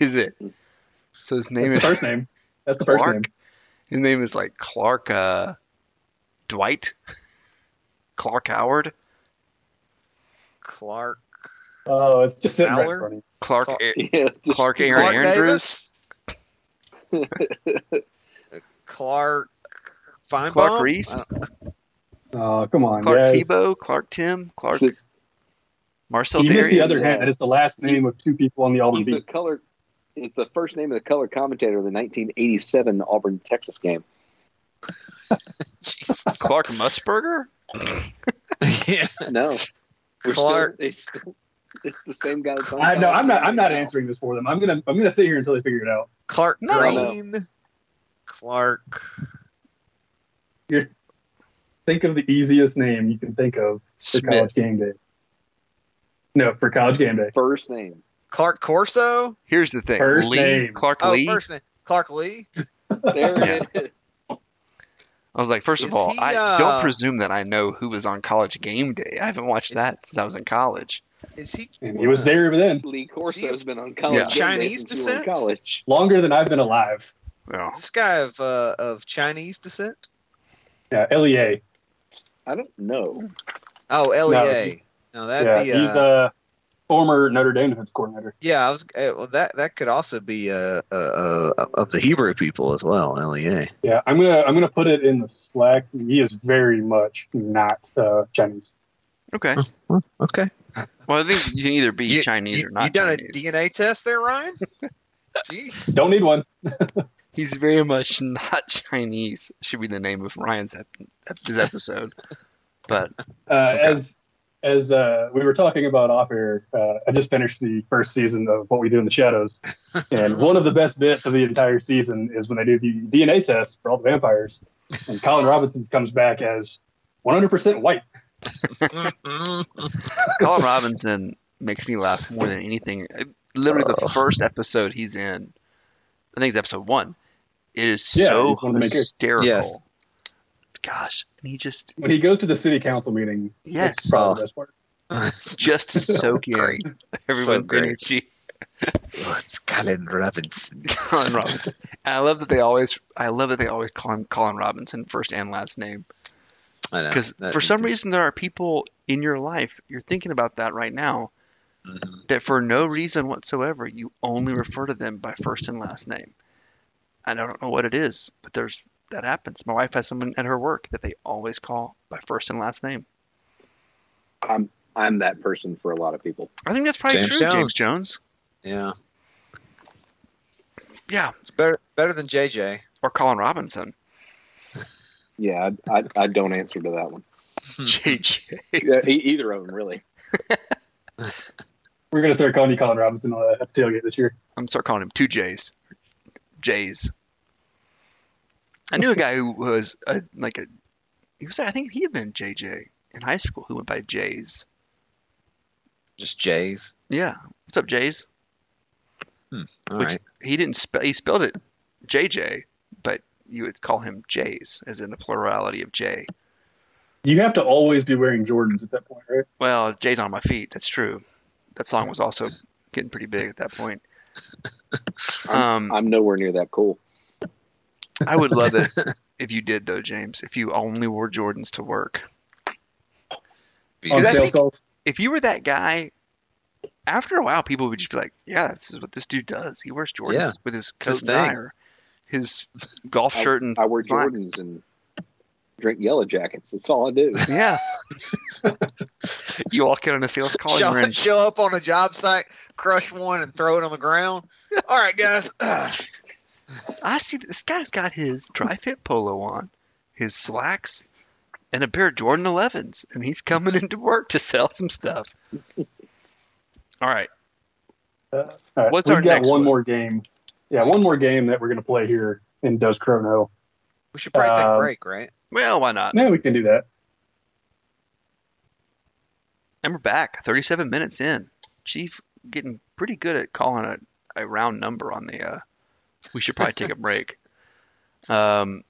A: is it? So his name
B: That's the
A: is
B: first name. That's the first
A: Clark?
B: name.
A: his name is like Clark uh, Dwight. Clark Howard.
D: Clark.
B: Oh, it's just sitting right
D: Fowler?
B: in front of you.
A: Clark
D: Clark-
A: A-
C: Yeah, just-
A: Clark Aaron
D: Clark
A: Andrews.
D: Davis? Clark Feinbaum? Uh,
A: Clark Reese.
D: I don't-
B: Oh, come on.
A: Clark
B: guys.
A: Tebow. Clark Tim. Clark
C: just-
A: Marcel
B: You missed
A: Darius.
B: the other hand. That is the last name of two people on the Auburn
C: He's the
B: beat.
C: color. It's the first name of the color commentator of the 1987 Auburn Texas game.
D: Jesus.
A: Clark Musburger?
D: yeah.
C: No, We're still-
D: Clark.
C: they still- it's the same guy. That's on
B: I, no,
C: College
B: I'm not.
C: Game
B: I'm
C: Day
B: not
C: now.
B: answering this for them. I'm gonna. I'm gonna sit here until they figure it out.
D: Clark
A: No.
D: Green? Clark.
B: Think of the easiest name you can think of for college
A: Smith.
B: game day. No, for college game day.
C: First name.
D: Clark Corso?
A: Here's the thing.
B: First
A: Lee,
B: name.
A: Clark
D: Oh,
A: Lee.
D: first name. Clark Lee?
C: There
A: Yeah.
C: it is.
A: I was like, first of
D: Is
A: all,
D: he,
A: I
D: uh,
A: don't presume that I know who was on college game day. I haven't watched
D: Is-
A: that since I was in college.
D: Is he?
B: And he was there then
C: Lee
D: Is he
C: Corso's
D: of-
C: been on college.
A: he
C: Game
A: of
C: Day
D: Chinese
C: since you were in
D: descent?
C: College.
B: longer than I've been alive.
A: Well,
D: This guy of uh, of Chinese descent?
B: Yeah, E Lea.
C: I don't know.
D: Oh, LEA.
B: he's-
D: No,
B: Yeah,
D: that'd be.
B: he's
D: uh,
B: a former Notre Dame defense coordinator.
D: yeah, I was. Uh, well, that that could also be uh, uh, uh, of the Hebrew people as well. E LEA.
B: Yeah, I'm gonna. I'm gonna put it in the slack. He is very much not uh, Chinese.
A: Okay.
D: Okay.
A: Well, I think you can either be
D: You-
A: Chinese
D: you,
A: or not.
D: you done
A: Chinese.
D: a DNA test there, Ryan? Jeez.
B: Don't need one.
A: He's very much not Chinese. Should be the name of Ryan's ep- ep- this episode. but
B: Uh,
A: Okay.
B: As as uh, we were talking about off air, uh, I just finished the first season of What We Do in the Shadows, and one of the best bits of the entire season is when they do the DNA test for all the vampires, and Colin Robinson comes back as 100% white.
A: Colin Robinson makes me laugh more than anything. Literally, the first episode he's in, I think it's episode one. It is
B: Yeah,
A: so
B: he's one of the makers.
A: hysterical.
D: Yes.
A: Gosh, and he just
B: When he goes to the city council meeting,
A: yes, Oh.
B: it's probably the best part.
A: just to soak in
D: great.
A: everyone's
D: So great.
A: energy.
D: it's Colin Robinson.
A: Colin Robinson. And I love that they always. I love that they always call him Colin Robinson first and last name
D: I know.
A: because
D: That
A: for some
D: means-
A: reason there are people in your life you're thinking about that right now
D: Mhm.
A: that for no reason whatsoever you only refer to them by first and last name. And I don't know what it is, but there's that happens. My wife has someone at her work that they always call by first and last name.
C: I'm I'm that person for a lot of people.
A: I think that's probably
D: James
A: true,
D: Jones.
A: James Jones.
D: Yeah.
A: Yeah,
D: It's better better than JJ.
A: or Colin Robinson.
C: Yeah, I, I, I don't answer to that one.
D: Hmm.
A: JJ.
C: Yeah, e- either of them, really.
B: We're going to start calling you Colin Robinson on a tailgate this year.
A: I'm gonna start calling him two J's, J's. I knew a guy who was a, like a, he was I think he had been JJ in high school who went by J's.
D: Just J's.
A: Yeah, what's up J's?
D: All
A: Which-
D: right.
A: He didn't spell he spelled it JJ, but you would call him J's as in the plurality of J.
B: You have to always be wearing Jordans at that point, right?
A: Well, J's on my feet. That's true. That song was also getting pretty big at that point. Um,
C: I'm nowhere near that cool.
A: I would love it if you did though, James. If you only wore Jordans to work.
D: Be-
B: On
A: I
B: sales
A: think-
B: calls.
A: if you were that guy, after a while, people would just be like, "Yeah, this is what this dude does. He wears Jordans
D: Yeah.
A: with his
D: It's his
A: coat and tie,
D: thing.
A: or his golf
C: I-
A: shirt and
C: I wear
A: slacks."
C: Jordans and drink Yellow Jackets. That's all I do.
A: Yeah, you walk in on a sales call and
D: show,
A: you're in
D: show up on a job site, crush one, and throw it on the ground. All right, guys.
A: I see this guy's got his dry fit polo on, his slacks, and a pair of Jordan 11s, and he's coming into work to sell some stuff. All right,
B: Uh, All right,
A: What's
B: we've
A: our
B: got
A: next
B: one
A: one?
B: more game. Yeah, one more game that we're going to play here in Does Chrono.
D: we should probably take a
B: Um,
D: break, right?
A: well, why not?
B: Yeah, we can do that.
A: And we're back, 37 minutes in. Chief getting pretty good at calling a, a round number on the. Uh, we should probably take a break. Um,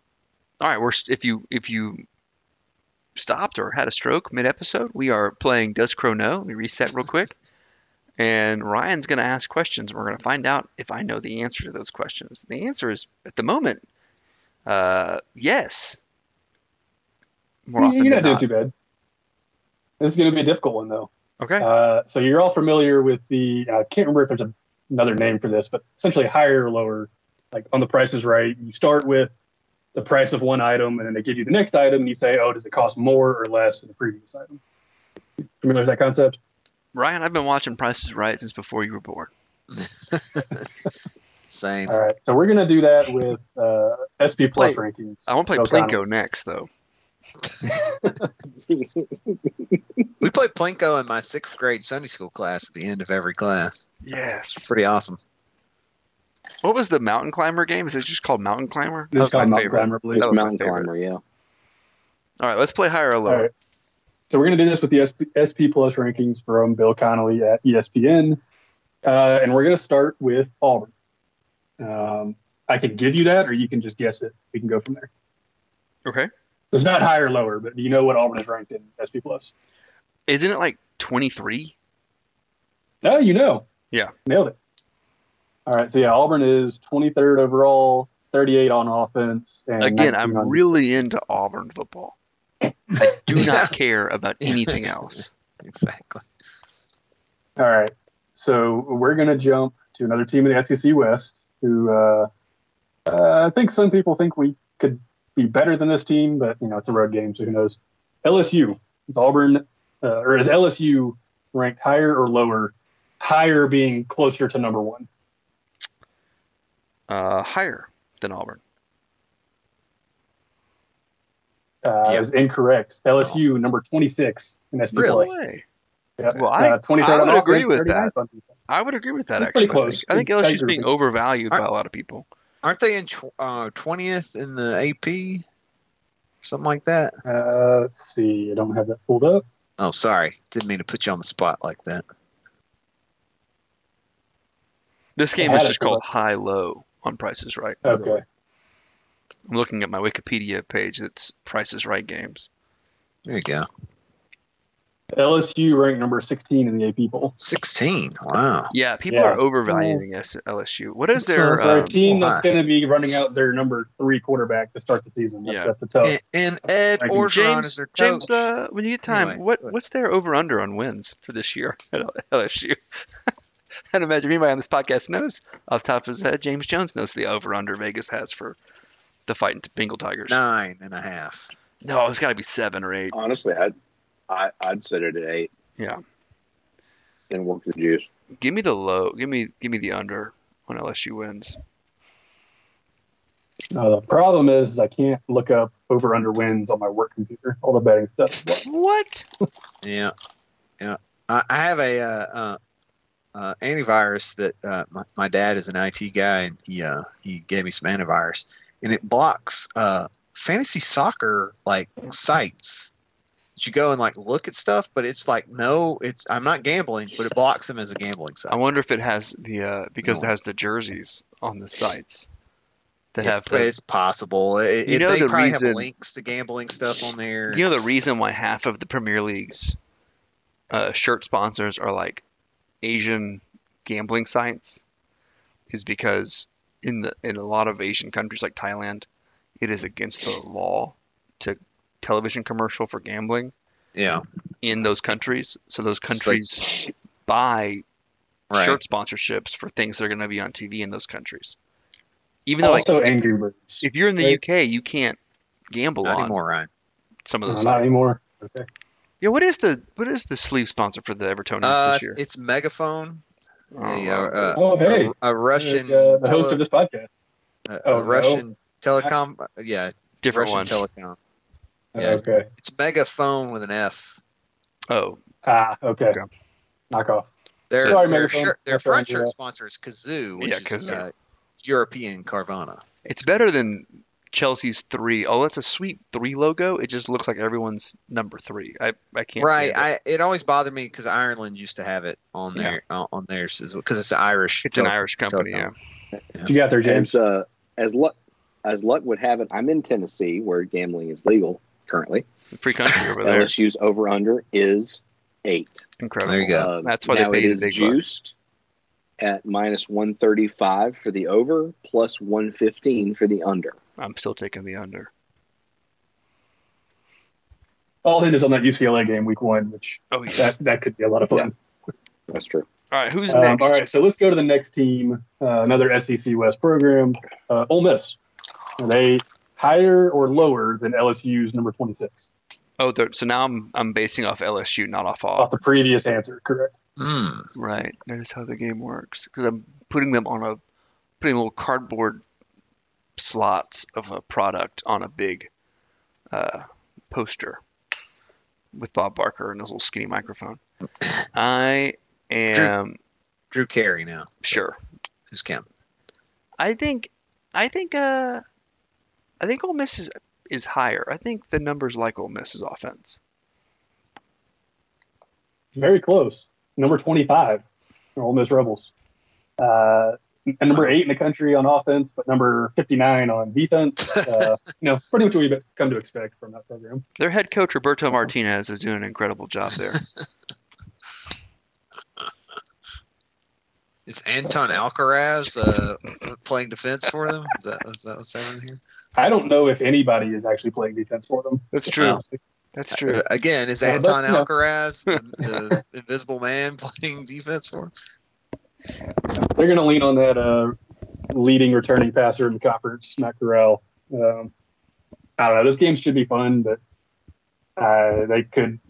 A: all right, we're if you if you stopped or had a stroke mid episode, we are playing Does Crow Know? We reset real quick, and Ryan's going to ask questions. and We're going to find out if I know the answer to those questions. The answer is at the moment, uh, yes. More often
B: You're
A: than
B: not doing
A: not.
B: too bad. This is going to be a difficult one, though.
A: Okay.
B: Uh, so you're all familiar with the. uh, I can't remember if there's a, another name for this, but essentially higher or lower. Like on the Price is Right, you start with the price of one item, and then they give you the next item, and you say, "Oh, does it cost more or less than the previous item?" Familiar with that concept?
A: Ryan, I've been watching Price is Right since before you were born.
D: Same.
B: All right. So we're going to do that with uh, SP Plus rankings.
A: I want to play
B: Those
A: Plinko next, though.
D: We played Plinko in my sixth grade Sunday school class at the end of every class.
A: Yes.
D: Pretty awesome.
A: What was the mountain climber game? Is it just called Mountain Climber?
B: This
A: That was
B: guy
A: my
B: Mount
A: favorite.
B: Glamour, I believe.
A: That was my
C: Mountain
A: favorite.
C: climber, yeah.
A: All right, let's play higher or
B: All
A: lower.
B: right. So we're going to do this with the SP, SP Plus rankings from Bill Connolly at E ESPN, uh, and we're going to start with Auburn. Um, I can give you that, or you can just guess it. We can go from there.
A: Okay.
B: It's not higher or lower, but do you know what Auburn is ranked in SP Plus?
A: Isn't it like 23?
B: No, you know.
A: Yeah.
B: Nailed it. All right. So yeah, Auburn is 23rd overall, 38 on offense. And
A: Again,
B: 19
A: I'm
B: on-
A: really into Auburn football. I do not care about anything else.
D: Exactly.
B: All right. So we're going to jump to another team in the SEC West who uh, uh, I think some people think we could be better than this team, but, you know, it's a road game, so who knows. LSU. It's Auburn uh, or is LSU ranked higher or lower? Higher being closer to number one.
A: Uh, higher than Auburn.
B: Uh,
D: Yeah.
B: Is incorrect. LSU number twenty six in SB
D: Really?
B: play.
A: Way.
B: Yeah.
A: Well, I-
B: uh, 23rd
A: I
B: on
A: would agree
B: offense,
A: with
B: 39th on defense.
A: I would agree with that,
B: That's
A: actually.
B: pretty
A: I
B: close.
A: think, I
B: I
A: think LSU's
B: agree
A: being
B: with you.
A: overvalued by a lot of people.
D: Aren't they in tw- uh, 20th in the AP? Something like that.
B: Uh, let's see. I don't have that pulled up.
D: Oh, sorry. Didn't mean to put you on the spot like that.
A: This game
B: I
A: is
B: had
A: just
B: it, but-
A: called High Low on Price is Right.
B: Okay.
A: I'm looking at my Wikipedia page that's Price is Right games.
D: There you go.
B: LSU ranked number 16 in the AP poll.
D: 16. Wow.
A: Yeah, people
B: Yeah.
A: are overvaluing S- LSU. What is
D: So
A: their.
D: it's
B: So
A: Um,
B: a team that's
D: why?
B: going to be running out their number three quarterback to start the season. That's,
A: Yeah.
B: that's a tough.
D: And, and Ed
B: Like
D: Orgeron
A: James-
D: is their coach.
A: James, uh, when you get time,
D: Anyway,
A: what
D: go ahead.
A: what's their over under on wins for this year at LSU? I don't imagine anybody on this podcast knows off the top of his head. James Jones knows the over under Vegas has for the fighting Bengal Tigers.
D: Nine and a half.
A: No, it's got to be seven or eight.
C: Honestly, I'd, I, I'd set it at eight
A: Yeah,
C: and work the juice.
A: give me the low. Give me give me the under when LSU wins.
B: Uh, the problem is, is I can't look up over under wins on my work computer. All the betting stuff.
A: What?
D: Yeah, yeah. I, I have a uh, uh, uh, antivirus that uh, my, my dad is an IT guy, and he uh, he gave me some antivirus, and it blocks uh, fantasy soccer like sites. that You go and like look at stuff, but it's like no, it's I'm not gambling, but it blocks them as a gambling
A: I
D: site.
A: wonder if it has the uh, because it
D: No.
A: has the jerseys on the sites that
D: Yeah,
A: have
D: but
A: the
D: it's possible. It,
A: You
D: it-
A: know
D: they
A: the
D: probably have
A: reason-
D: links to gambling stuff on there.
A: You know the
D: It's-
A: reason why half of the Premier League's uh, shirt sponsors are like Asian gambling sites is because in the in a lot of Asian countries like Thailand, it is against the law to television commercial for gambling
D: Yeah,
A: in those countries. So those
D: like-
A: countries buy
D: right.
A: shirt sponsorships for things that are going to be on TV in those countries. Even though like
B: Also, Angry Birds.
A: if you're in the
B: Right.
A: UK, you can't gamble
D: Not
A: on
D: anymore, Ryan.
A: some of
B: No,
A: those
B: Uh, not
A: sites.
B: anymore. Okay.
A: Yeah, what is the what is the sleeve sponsor for the Evertonians
D: Uh,
A: this year?
D: it's Megaphone.
A: Oh,
D: a, uh, uh,
B: Oh, hey.
D: a Russian
B: Uh, the host
D: tele-
B: of this podcast.
D: a,
B: Oh,
D: a
B: no.
D: Russian telecom. Yeah,
A: different
D: Russian
A: one.
D: telecom.
B: Uh,
D: Yeah.
B: Okay.
D: It's megaphone with an F.
A: oh,
B: Ah, okay.
A: Okay.
B: Knock off.
D: Their
B: Sorry,
D: their,
B: Megaphone.
D: shirt, their
B: That's what I
D: front
B: do.
D: shirt sponsor is Kazoo, which
A: Yeah,
D: is
A: Kazoo.
D: Uh, European Carvana.
A: it's better than Chelsea's three. Oh, that's a sweet three logo. It just looks like everyone's number three. I I can't.
D: right.
A: stand
D: I
A: it.
D: it always bothered me because Ireland used to have it on
A: Yeah.
D: their uh, on on theirs as well because it's Irish.
A: it's an
D: tele-
A: Irish company. Yeah.
D: telecom.
B: What you got there, James?
C: As, uh, as luck as luck would have it, I'm in Tennessee where gambling is legal currently.
A: free country over there.
C: LSU's over under is eight.
A: Incredible.
D: There you go.
C: Um,
A: That's why they
C: now
A: paid
C: it
A: the
C: is
A: big bucks.
C: juiced at minus one thirty five for the over, plus one fifteen for the under.
A: I'm still taking the under.
B: All in is on that UCLA game week one, which
A: Oh yeah.
B: that, that could be a lot of fun.
C: Yeah. That's true.
A: all right. Who's
B: Um,
A: next?
B: all right, so let's go to the next team, uh, another SEC West program, uh, Ole Miss. Are they higher or lower than LSU's number 26?
A: Oh, they're- so now I'm I'm basing off LSU, not off
B: Off
A: all.
B: the previous answer, correct?
D: Mm.
A: Right. That is how the game works. Because I'm putting them on a putting little cardboard slots of a product on a big uh, poster with Bob Barker and his little skinny microphone. I am
D: Drew Carey now.
A: sure.
D: Who's counting?
A: I think I think uh I think Ole Miss is is higher. I think the numbers like Ole Miss's offense.
B: Very close. Number 25, the Ole Miss Rebels. Uh, and number eight in the country on offense, but number 59 on defense. Uh, you know, pretty much what we've come to expect from that program.
A: Their head coach Roberto Martinez is doing an incredible job there.
D: Is Anton Alcaraz uh, playing defense for them? Is that, is that what's happening here?
B: I don't know if anybody is actually playing defense for them.
A: That's
D: true.
A: That's true.
D: Uh, Again, is
B: Well,
D: Anton
B: that's- no.
D: Alcaraz the, the Invisible Man playing defense for? him?
B: They're going to lean on that uh, leading returning passer in the conference, Matt Corral. Um, I don't know. This game should be fun, but uh, they could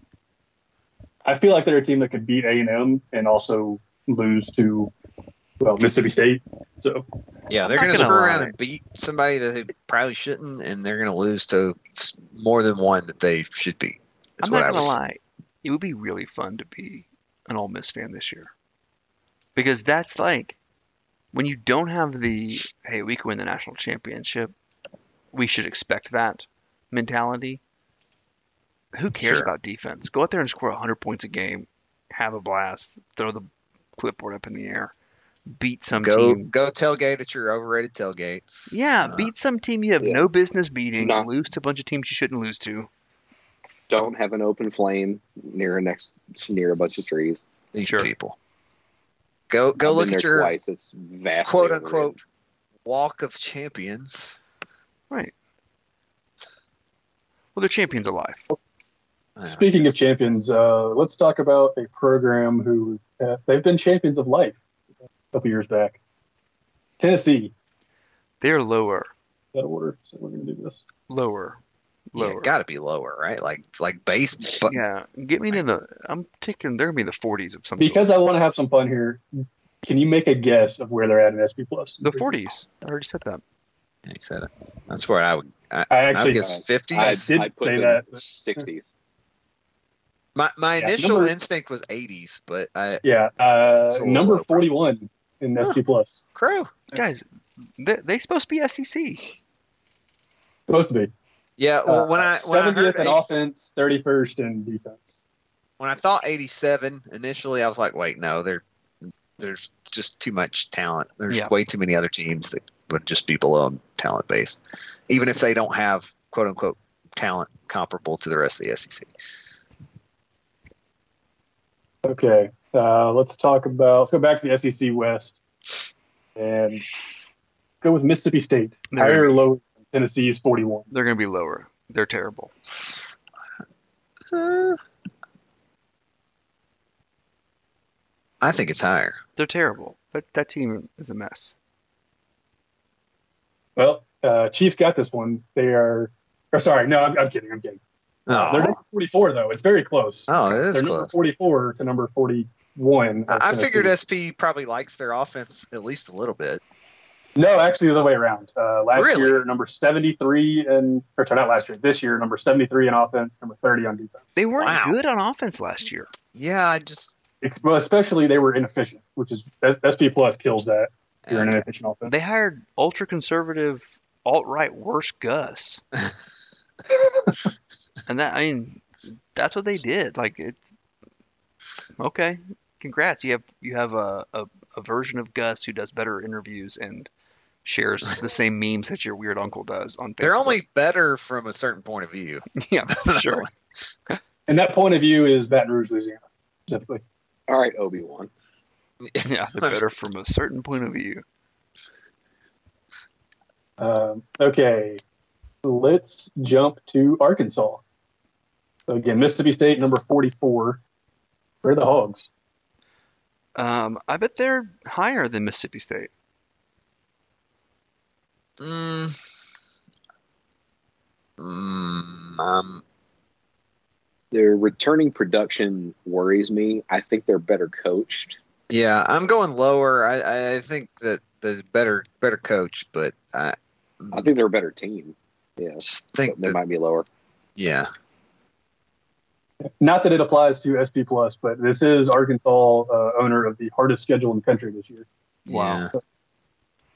B: I feel like they're a team that could beat A and M and also lose to well Mississippi State. So
D: Yeah, they're
A: I'm
D: going to
A: not
D: screw
A: gonna
D: around
A: lie.
D: and beat somebody that they probably shouldn't, and they're going to lose to s- more than one that they should be. Is
A: I'm
D: what
A: not
D: I
A: gonna
D: would say.
A: lie. It would be really fun to be an Ole Miss fan this year, because that's like when you don't have the "Hey, we can win the national championship. We should expect that" mentality. Who cares
D: Sure.
A: about defense? Go out there and score 100 points a game, have a blast, throw the clipboard up in the air, beat some
D: Go
A: team.
D: go tailgate at your overrated tailgates.
A: Yeah,
D: Uh,
A: beat some team you have
C: yeah.
A: no business beating.
C: Nah.
A: Lose to a bunch of teams you shouldn't lose to.
C: Don't have an open flame near a next near a bunch of trees.
D: these
A: Sure.
D: people. Go go
C: I've
D: look
C: been
D: at
C: there
D: your
C: twice. It's vastly
D: quote
C: overrated.
D: unquote walk of champions.
A: Right. Well, they're champions of life.
D: I don't
B: speaking
D: know.
B: of champions, uh, let's talk about a program who uh, they've been champions of life a couple years back. Tennessee.
A: They're lower,
B: That order. So we're gonna do this.
A: lower,
D: yeah,
A: lower.
D: got to be lower, right? Like like base, but
A: Yeah, get me to the. I'm taking. They're gonna be in the 40s of some. sort.
B: Because I want to have some fun here. Can you make a guess of where they're at in SP Plus?
A: the 40s. I already said that.
D: Yeah, you said it. That's where I would. I,
B: I
D: I would
B: actually
D: guess fifties.
C: I,
B: did
C: I put
B: say
C: them
B: that, but-
C: sixties.
D: my my
B: yeah,
D: initial
B: number-
D: instinct was eighties, but I
B: Yeah, uh,
D: It's a little
B: number
D: low, probably.
B: forty-one in SP Plus.
D: crow
A: Guys, they they supposed to be E SEC.
B: Supposed to be.
D: Yeah, well, when I when I heard
B: Uh, seventieth in
D: 80
B: offense, thirty-first in defense.
D: when I thought eighty seven initially, I was like, wait, no, there there's just too much talent. There's
A: Yeah.
D: way too many other teams that would just be below 'em talent base, even if they don't have quote unquote talent comparable to the rest of the E SEC.
B: Okay, uh, let's talk about. Let's go back to the SEC West and go with Mississippi State.
A: No.
B: Higher or lower? than Tennessee's forty-one.
A: They're gonna be lower. They're terrible.
D: Uh, I think it's higher.
A: They're terrible. That that team is a mess.
B: Well, uh, Chiefs got this one. They are. Or sorry, no, I'm, I'm kidding. I'm kidding. They're
D: Oh,
B: number forty-four though. It's very close.
D: oh it is
B: They're number
D: close.
B: 44 to number 41.
D: I I
B: Tennessee.
D: figured SP probably likes their offense at least a little bit.
B: No, actually, the other way around. Uh, last
D: Really?
B: year, number 73 and or sorry, not last year, this year, number 73 in offense, number 30 on defense.
A: They weren't
D: Wow.
A: good on offense last year.
D: Yeah, I just
B: Ex- well, especially they were inefficient, which is S- SP plus kills that. You're an
D: okay.
B: inefficient offense.
A: They hired ultra conservative alt right worse Gus. and that I mean that's what they did. Like it Okay. Congrats. You have you have a, a, a version of Gus who does better interviews and shares the same memes that your weird uncle does on Facebook.
D: they're only better from a certain point of view.
A: Yeah, sure.
B: And that point of view is Baton Rouge, Louisiana, specifically.
C: All right, Obi Wan.
A: yeah, they're better from a certain point of view.
B: Um, okay, let's jump to Arkansas. So again, Mississippi State, number 44. Where are the Hogs?
A: Um, I bet they're higher than Mississippi State.
D: Mm. Mm, um,
C: Their returning production worries me. I think they're better coached.
D: yeah, I'm going lower. I, I think that there's better better coach, but I
C: I think they're a better team. Yeah,
D: just
C: but
D: think
C: they
D: that
C: might be lower.
D: yeah.
B: not that it applies to SP Plus, but this is Arkansas uh, owner of the hardest schedule in the country this year.
D: Wow.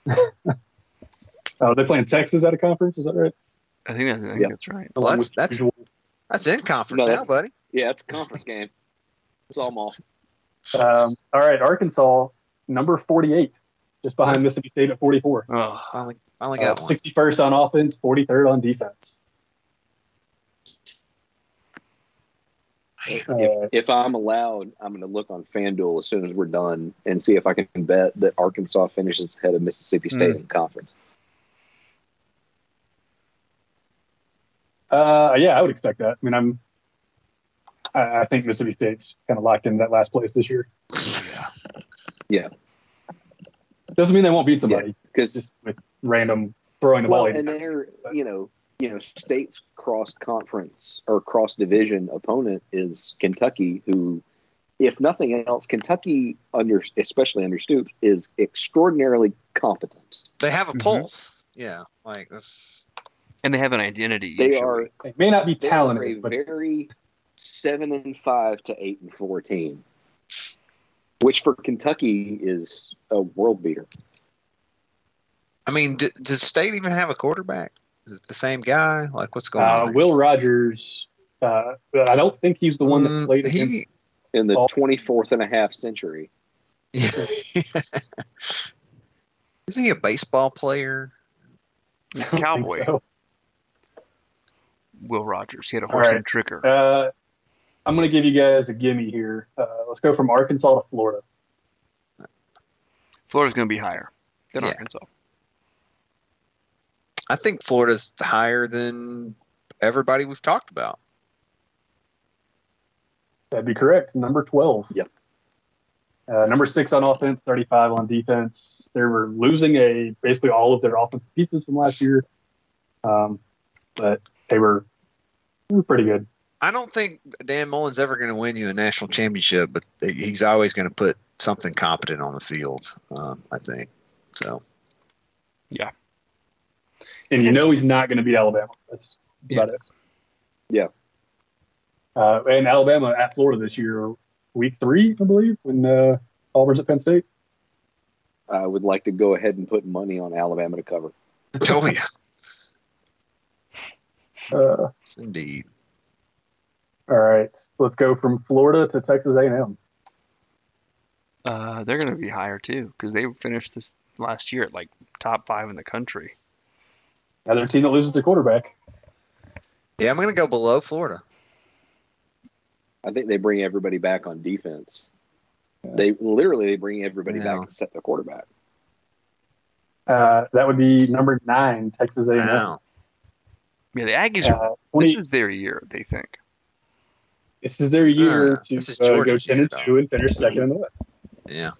B: Uh, they playing Texas at a conference, is that right?
A: I think that's I think
C: Yeah.
A: that's right.
D: Well, that's-
B: Along with
D: that's-
B: usual-
D: That's in conference
C: No,
D: now,
C: that's-
D: buddy.
C: Yeah, it's a conference game. It's all mall.
B: Um, all right, Arkansas number forty-eight, just behind Mississippi State at forty-four. Uh,
A: Oh,
D: Finally, finally got one.
B: Sixty-first on offense, forty-third on defense. Uh,
C: If I'm allowed, I'm going to look on FanDuel as soon as we're done and see if I can bet that Arkansas finishes ahead of Mississippi State in conference.
B: uh, yeah, I would expect that. I mean, I'm. I, I think Mississippi State's kind of locked in that last place this year.
C: Yeah.
B: Doesn't mean they won't beat somebody
C: Because
B: just with random throwing the
C: well,
B: ball.
C: and they're you know you know, states cross conference or cross division opponent is Kentucky, who, if nothing else, Kentucky under especially under Stoops is extraordinarily competent.
D: They have a
B: Mhm.
D: pulse. Yeah, like that's
A: and they have an identity.
C: They are
B: They may not be
C: they are a
B: talented, but
C: very seven and five to eight and four team, which for Kentucky is a world beater.
D: I mean, d- does state even have a quarterback? Is it the same guy? Like, what's going on?
B: uh,
D: there?
B: Will Rogers. Uh, I don't think he's the one that
D: Mm,
B: played against.
D: he-
C: in the
B: Oh.
C: 24th and a half century.
D: Isn't he a baseball player?
B: I don't think
A: Cowboy
B: so.
A: Will Rogers. He had a
B: All
A: horse
B: right.
A: named Trigger.
B: Uh, I'm going to give you guys a gimme here. Uh, let's go from Arkansas to Florida.
A: Florida's going to be higher than
D: Yeah.
A: Arkansas.
D: I think Florida's higher than everybody we've talked about.
B: That'd be correct. Number 12.
C: Yep.
B: Uh, number six on offense, 35 on defense. They were losing a basically all of their offensive pieces from last year, um, but they were, they were pretty good.
D: I don't think Dan Mullen's ever going to win you a national championship, but he's always going to put something competent on the field. Um, I think so.
B: And you know he's not going to beat Alabama. That's about it.
C: Yeah.
B: Uh, and Alabama at Florida this year, week three, I believe, when uh, Auburn's at Penn State.
C: I would like to go ahead and put money on Alabama to cover.
D: Oh yeah,
B: Uh,
D: indeed.
B: All right, let's go from Florida to Texas A&M.
A: Uh, they're going to be higher too because they finished this last year at like top five in the country.
B: Another team that loses their quarterback.
D: Yeah, I'm going to go below Florida.
C: I think they bring everybody back on defense. They literally they bring everybody
D: Yeah.
C: back except their quarterback.
B: Uh, that would be number nine, Texas A&M.
D: Wow.
A: Yeah, the Aggies. Are,
B: Uh, 20
A: this is their year. They think.
B: this is their year
D: Uh,
B: to
D: this is
B: uh, go
D: Georgia's
B: ten and
D: year,
B: two and finish second in the West.
D: Yeah.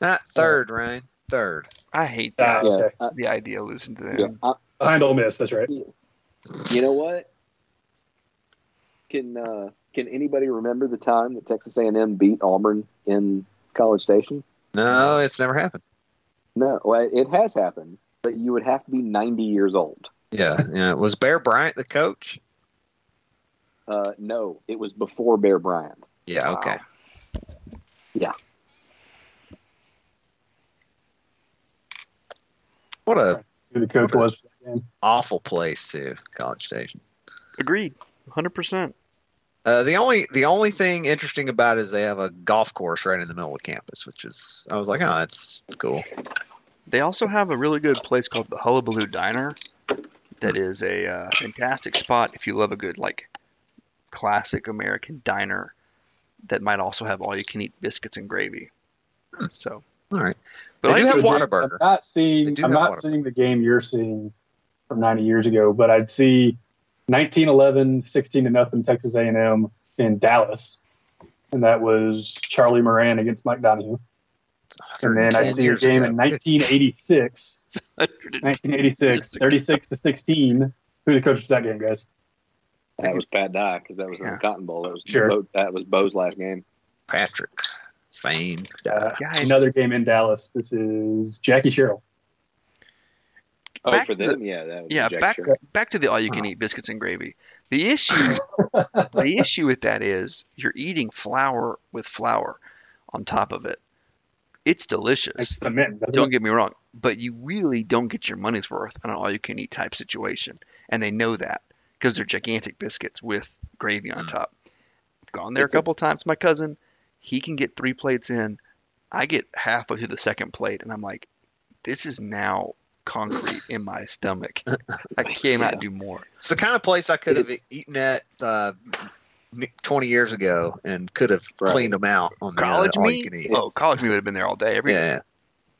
D: Not third, Ryan. Third.
A: I hate
B: Ah,
A: that.
C: Yeah,
B: okay.
C: I,
A: The idea of losing to them.
C: yeah, I-
B: Behind Ole Miss, that's right.
C: you know what? Can uh, can anybody remember the time that Texas A&M beat Auburn in College Station?
D: No, it's never happened.
C: No, well, it has happened, but you would have to be 90 years old.
D: Yeah, yeah. Was Bear Bryant the coach?
C: Uh, no, it was before Bear Bryant.
D: Yeah.
A: Wow.
D: Okay.
C: Yeah.
D: What a
B: Who the coach was. for that game.
D: awful place too, College Station.
A: Agreed. 100%.
D: Uh, the only the only thing interesting about it is they have a golf course right in the middle of campus, which is I was like, oh, that's cool.
A: They also have a really good place called the Hullabaloo Diner that is a uh, fantastic spot if you love a good, like, classic American diner that might also have all you can eat biscuits and gravy. So,
D: All right,
A: but
D: They do
A: I-
D: have
B: But they-
D: Whataburger.
B: I'm not
D: They
B: seeing.
D: do
B: I'm
D: have
B: not
D: Whataburger.
B: seeing the game you're seeing from 90 years ago, but I'd see 1911, 16 to nothing Texas A&M in Dallas, and that was Charlie Moran against Mike Donahue. And then I
D: 110
B: see your
D: years
B: game
D: ago.
B: in 1986, 1986, 36 to 16. Who the coach of that game, guys?
C: That was Pat Dye because that was in
A: Yeah.
C: the Cotton Bowl. That was
B: Sure.
C: Bo, that was Bo's last game.
D: Patrick Fame.
B: Uh,
A: Guys.
B: another game in Dallas. This is Jackie Sherrill.
C: Oh,
A: Back
C: for
A: to
C: them, yeah, that was
A: yeah,
C: Jack
A: back
C: Sherrill.
A: back to the all you can eat biscuits and gravy. The issue the issue with that is you're eating flour with flour on top of it. It's
B: Like
A: delicious.
B: cement. doesn't
A: Don't
B: it?
A: get me wrong, but you really don't get your money's worth on an all you can eat type situation. And they know that because they're gigantic biscuits with gravy on top. Gone there
C: It's
A: a
C: a-
A: couple times. My cousin, he can get three plates in. I get half of the second plate, and I'm like, this is now concrete in my stomach. I cannot do more.
D: It's the kind of place I could have
C: It's-
D: eaten at uh, 20 years ago and could have
C: Right.
D: cleaned them out on the
A: College
D: all
A: me?
D: you can eat.
A: Oh, college me would have been there all day, every day.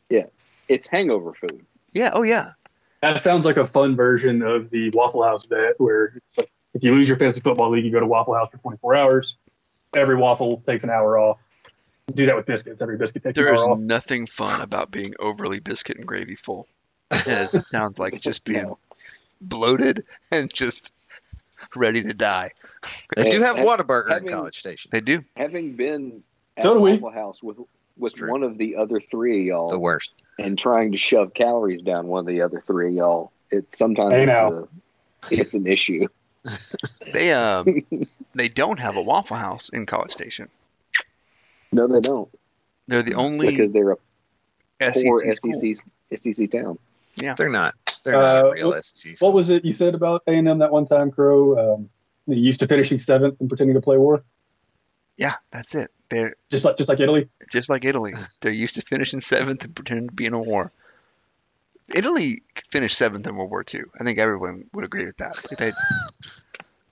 A: yeah.
D: Yeah,
C: It's hangover food.
A: oh yeah.
B: That sounds like a fun version of the Waffle House bet, where it's like if you lose your fantasy football league, you go to Waffle House for 24 hours. Every waffle takes an hour off. Do that with biscuits. Every biscuit takes
A: There
B: an
A: is
B: hour off.
A: nothing fun about being overly biscuit and gravy full. It sounds like just being bloated and just ready to die.
D: They do have
C: Have-
D: Whataburger in
C: having-
D: College Station.
A: They do.
C: Having been at
B: So do we.
C: Waffle House with with
D: true.
C: one of the other three of y'all
D: The worst.
C: and trying to shove calories down one of the other three of y'all, it sometimes
B: Hey,
C: it's, a,
B: now.
C: it's an issue.
A: They um they don't have a Waffle House in College Station.
C: No, they don't
A: They're the only
C: because they're a
A: SEC,
C: poor E
A: E school.
C: SEC SEC town.
D: They're not. They're not
B: Uh,
D: a real
B: what-
D: SEC.
B: What was it you said about A and M that one time, Crow? Um, you used to finishing seventh and pretending to play war,
A: Yeah, that's it. They're
B: just like just like Italy.
A: just like Italy. They're used to finishing seventh and pretending to be in a war. Italy finished seventh in World War II. I think everyone would agree with that. Like, they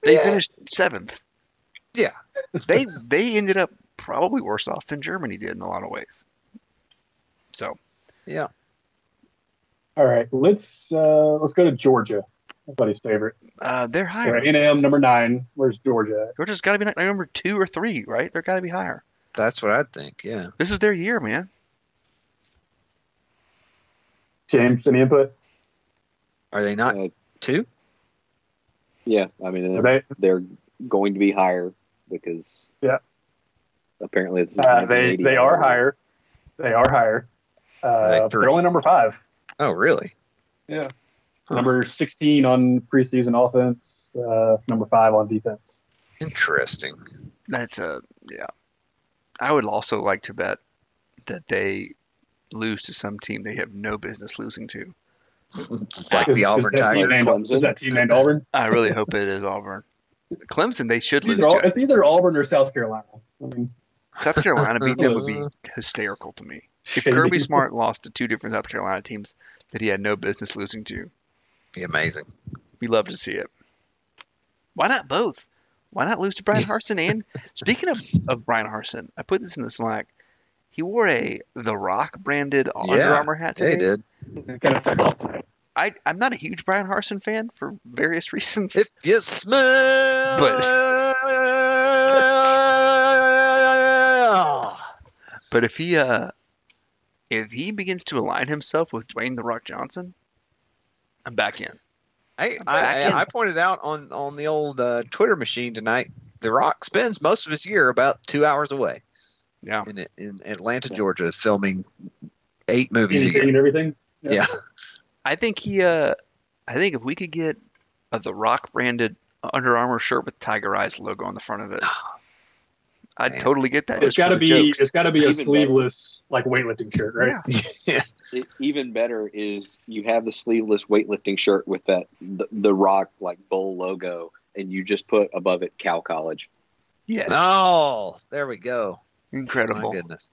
A: they
D: Yeah.
A: finished seventh.
D: Yeah.
A: they they ended up probably worse off than Germany did in a lot of ways. So
D: Yeah.
B: All right, let's uh, let's go to Georgia, everybody's favorite.
A: uh, they're
B: A
A: higher.
B: and M number nine. Where's Georgia? at?
A: Georgia's got to be like number two or three, right? They're got to be higher.
D: That's what I'd think. Yeah.
A: This is their year, man.
B: James, any input?
D: Are they not
C: Uh,
D: two?
C: yeah, I mean
B: Are
C: they're,
B: they
C: they're going to be higher because
B: Yeah.
C: apparently it's
B: uh, they they are higher. They are higher.
D: they
B: Uh,
D: three?
B: they're only number five.
D: Oh, really?
B: Yeah.
D: Huh.
B: Number 16 on preseason offense, uh, number five on defense.
D: Interesting.
A: That's a yeah. I would also like to bet that they lose to some team they have no business losing to.
D: Like
B: Is-
D: the Auburn
B: is that team
D: Tigers.
B: named- Is that team named Auburn?
A: I really hope it is Auburn. Clemson, they should
B: It's
A: lose.
B: either, Au-
A: to.
B: it's either Auburn or South Carolina. I mean,
A: South Carolina beating them would be hysterical to me. If
B: shady.
A: Kirby Smart lost to two different South Carolina teams that he had no business losing to,
D: Be amazing.
A: we love to see it. Why not both? Why not lose to Brian Harson? And speaking of, of Brian Harson, I put this in the Slack. He wore a The Rock branded Under
D: Yeah,
A: Armour hat today.
D: They did.
B: it kind of took off tonight.
A: I, I'm not a huge Brian Harson fan for various reasons.
D: If you smell
A: But if he uh, if he begins to align himself with Dwayne the Rock Johnson, I'm back in.
D: Hey,
A: Back
D: I,
A: in.
D: I, I pointed out on, on the old uh, Twitter machine tonight, The Rock spends most of his year about two hours away
A: Yeah,
D: in, in Atlanta, Georgia, filming eight movies a
B: Anything
D: year.
B: and everything.
D: Yeah.
A: I think he. Uh, I think if we could get a The Rock branded Under Armour shirt with Tiger Eyes logo on the front of it, I'd
D: Man.
A: totally get that. just
B: It's
A: for
B: got to
A: the
B: be
A: jokes.
B: it's got to be a
C: Even better.
B: sleeveless like weightlifting shirt, right?
D: yeah.
C: It, E, even better is you have the sleeveless weightlifting shirt with that the, the rock like bowl logo, and you just put above it Cal College.
A: yeah,
D: Oh, there we go. Oh My
A: incredible.
D: goodness.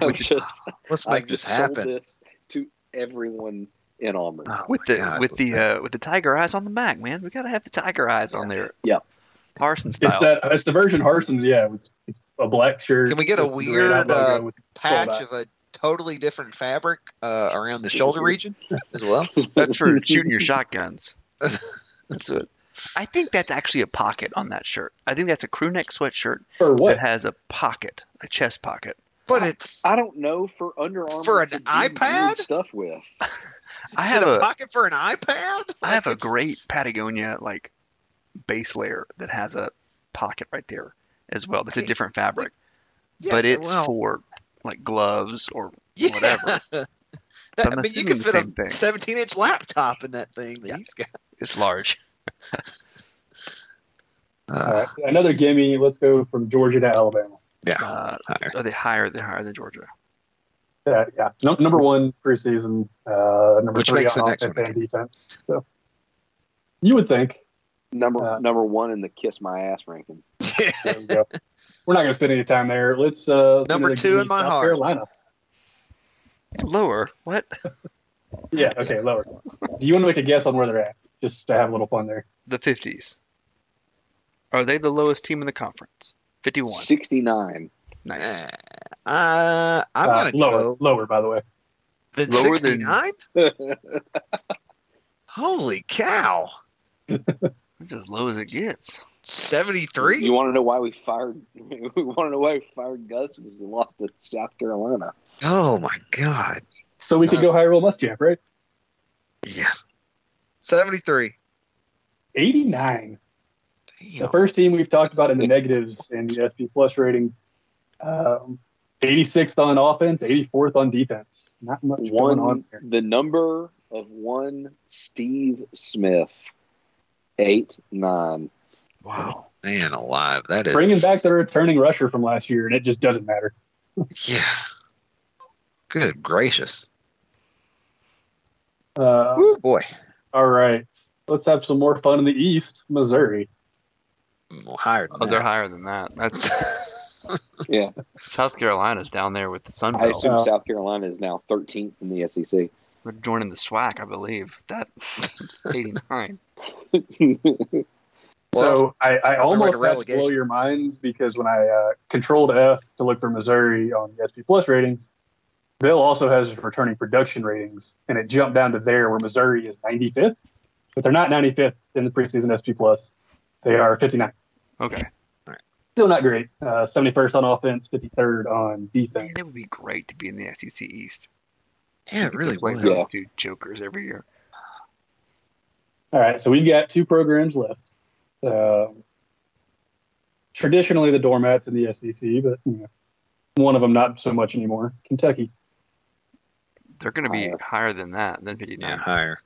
C: I'm just,
D: Let's
C: I've
D: make this
C: just sold
D: happen.
C: this to everyone in Auburn.
D: Oh,
A: With
D: my
A: the
D: God,
A: with
D: let's
A: the uh, with the Tiger Eyes on the back, man, we gotta have the Tiger Eyes on there.
C: Yeah.
A: Harson style.
B: It's that it's the version Harson's. Yeah, it's, it's a black shirt.
D: Can we get a
B: with the
D: weird,
B: red-eye logo
D: uh,
B: with-
D: patch
B: Hold
D: of a totally different fabric uh, around the shoulder region as well.
A: That's for shooting your shotguns. That's it. I think that's actually a pocket on that shirt. I think that's a crew neck sweatshirt
B: for what?
A: that has a pocket, a chest pocket.
D: But it's
C: I don't know for Under Armour
D: For an
C: to do
D: iPad?
C: weird stuff with.
A: I
D: is
A: have
D: it a,
A: a,
D: pocket for an iPad.
A: I have a
D: It's-
A: great Patagonia like base layer that has a pocket right there as well. That's a different fabric,
D: yeah,
A: but it's
D: well,
A: for like gloves or
D: yeah.
A: whatever.
D: That-
A: I'm
D: I mean, you
A: assuming
D: could
A: the
D: fit
A: same thing.
D: a 17 inch laptop in that thing that
A: Yeah.
D: he's got.
A: it's large.
B: All right, another gimme. Let's go from Georgia to Alabama.
D: yeah.
A: Uh,
D: Higher.
A: are they higher? They're higher than Georgia.
B: Yeah, yeah. Num- number one preseason, uh, number
D: Which
B: three
D: makes
B: on
D: the next
B: offense
D: one
B: and defense. So you would think.
C: Number
B: Uh,
C: number one in the kiss my ass rankings.
B: There we go. We're not going to spend any time there. Let's uh, let's do
D: Number
B: another
D: two
B: game,
D: in my
B: South
D: heart.
B: Carolina.
A: Lower? What?
B: Yeah. Okay. Lower. do you want to make a guess on where they're at, just to have a little fun there?
A: the 50s. Are they the lowest team in the conference? 51.
C: Sixty nine.
A: Nice.
D: Uh, I'm
B: Uh,
D: gonna
B: lower.
D: go
B: Lower, by the way.
D: than
A: Lower than-
D: 69. Holy cow!
A: That's as low as it gets.
D: 73.
C: You want to know why we fired? We want to know why we fired Gus because he lost to South Carolina.
D: oh my god! Uh-huh.
B: So we could go high roll Muschamp, right?
D: Yeah. 73.
B: 89. The
D: Damn.
B: first team we've talked about in the negatives in the SP Plus rating. Um, 86th on offense, 84th on defense. Not much going
C: one
B: on there.
C: the number of one Steve Smith, eight nine.
D: Wow. Man alive. That is.
B: Bringing back the returning rusher from last year, and it just doesn't matter.
D: Yeah. Good gracious.
B: Uh,
D: Oh, boy.
B: all right, let's have some more fun in the East. Missouri.
D: Mm, well, higher than
A: Oh, they're
D: that.
A: higher than that. That's
C: Yeah,
A: South Carolina's down there with the Sun
C: I
A: Belt.
C: assume
B: Oh, Wow.
C: South Carolina is now 13th in the E SEC.
A: They're joining the SWAC, I believe. That 89.
B: So I, I
D: like
B: almost
D: a
B: had to
D: relegation.
B: blow your minds because when I uh, controlled F to look for Missouri on the SP Plus ratings, Bill also has his returning production ratings, and it jumped down to there where Missouri is 95th, but they're not 95th in the preseason SP Plus. They are 59.
A: Okay.
B: Still not great. Uh, 71st on offense, 53rd on
A: Man,
B: defense.
A: it would be great to be in the SEC East.
D: yeah, it really
A: Wait
D: was.
A: for
C: Yeah.
A: two jokers every year.
B: All right, so we've got two programs left. Um, traditionally, the doormats in the SEC, but you know, one of them not so much anymore. Kentucky.
A: They're going to be
C: Higher.
A: higher than that, than 59.
D: Yeah, higher.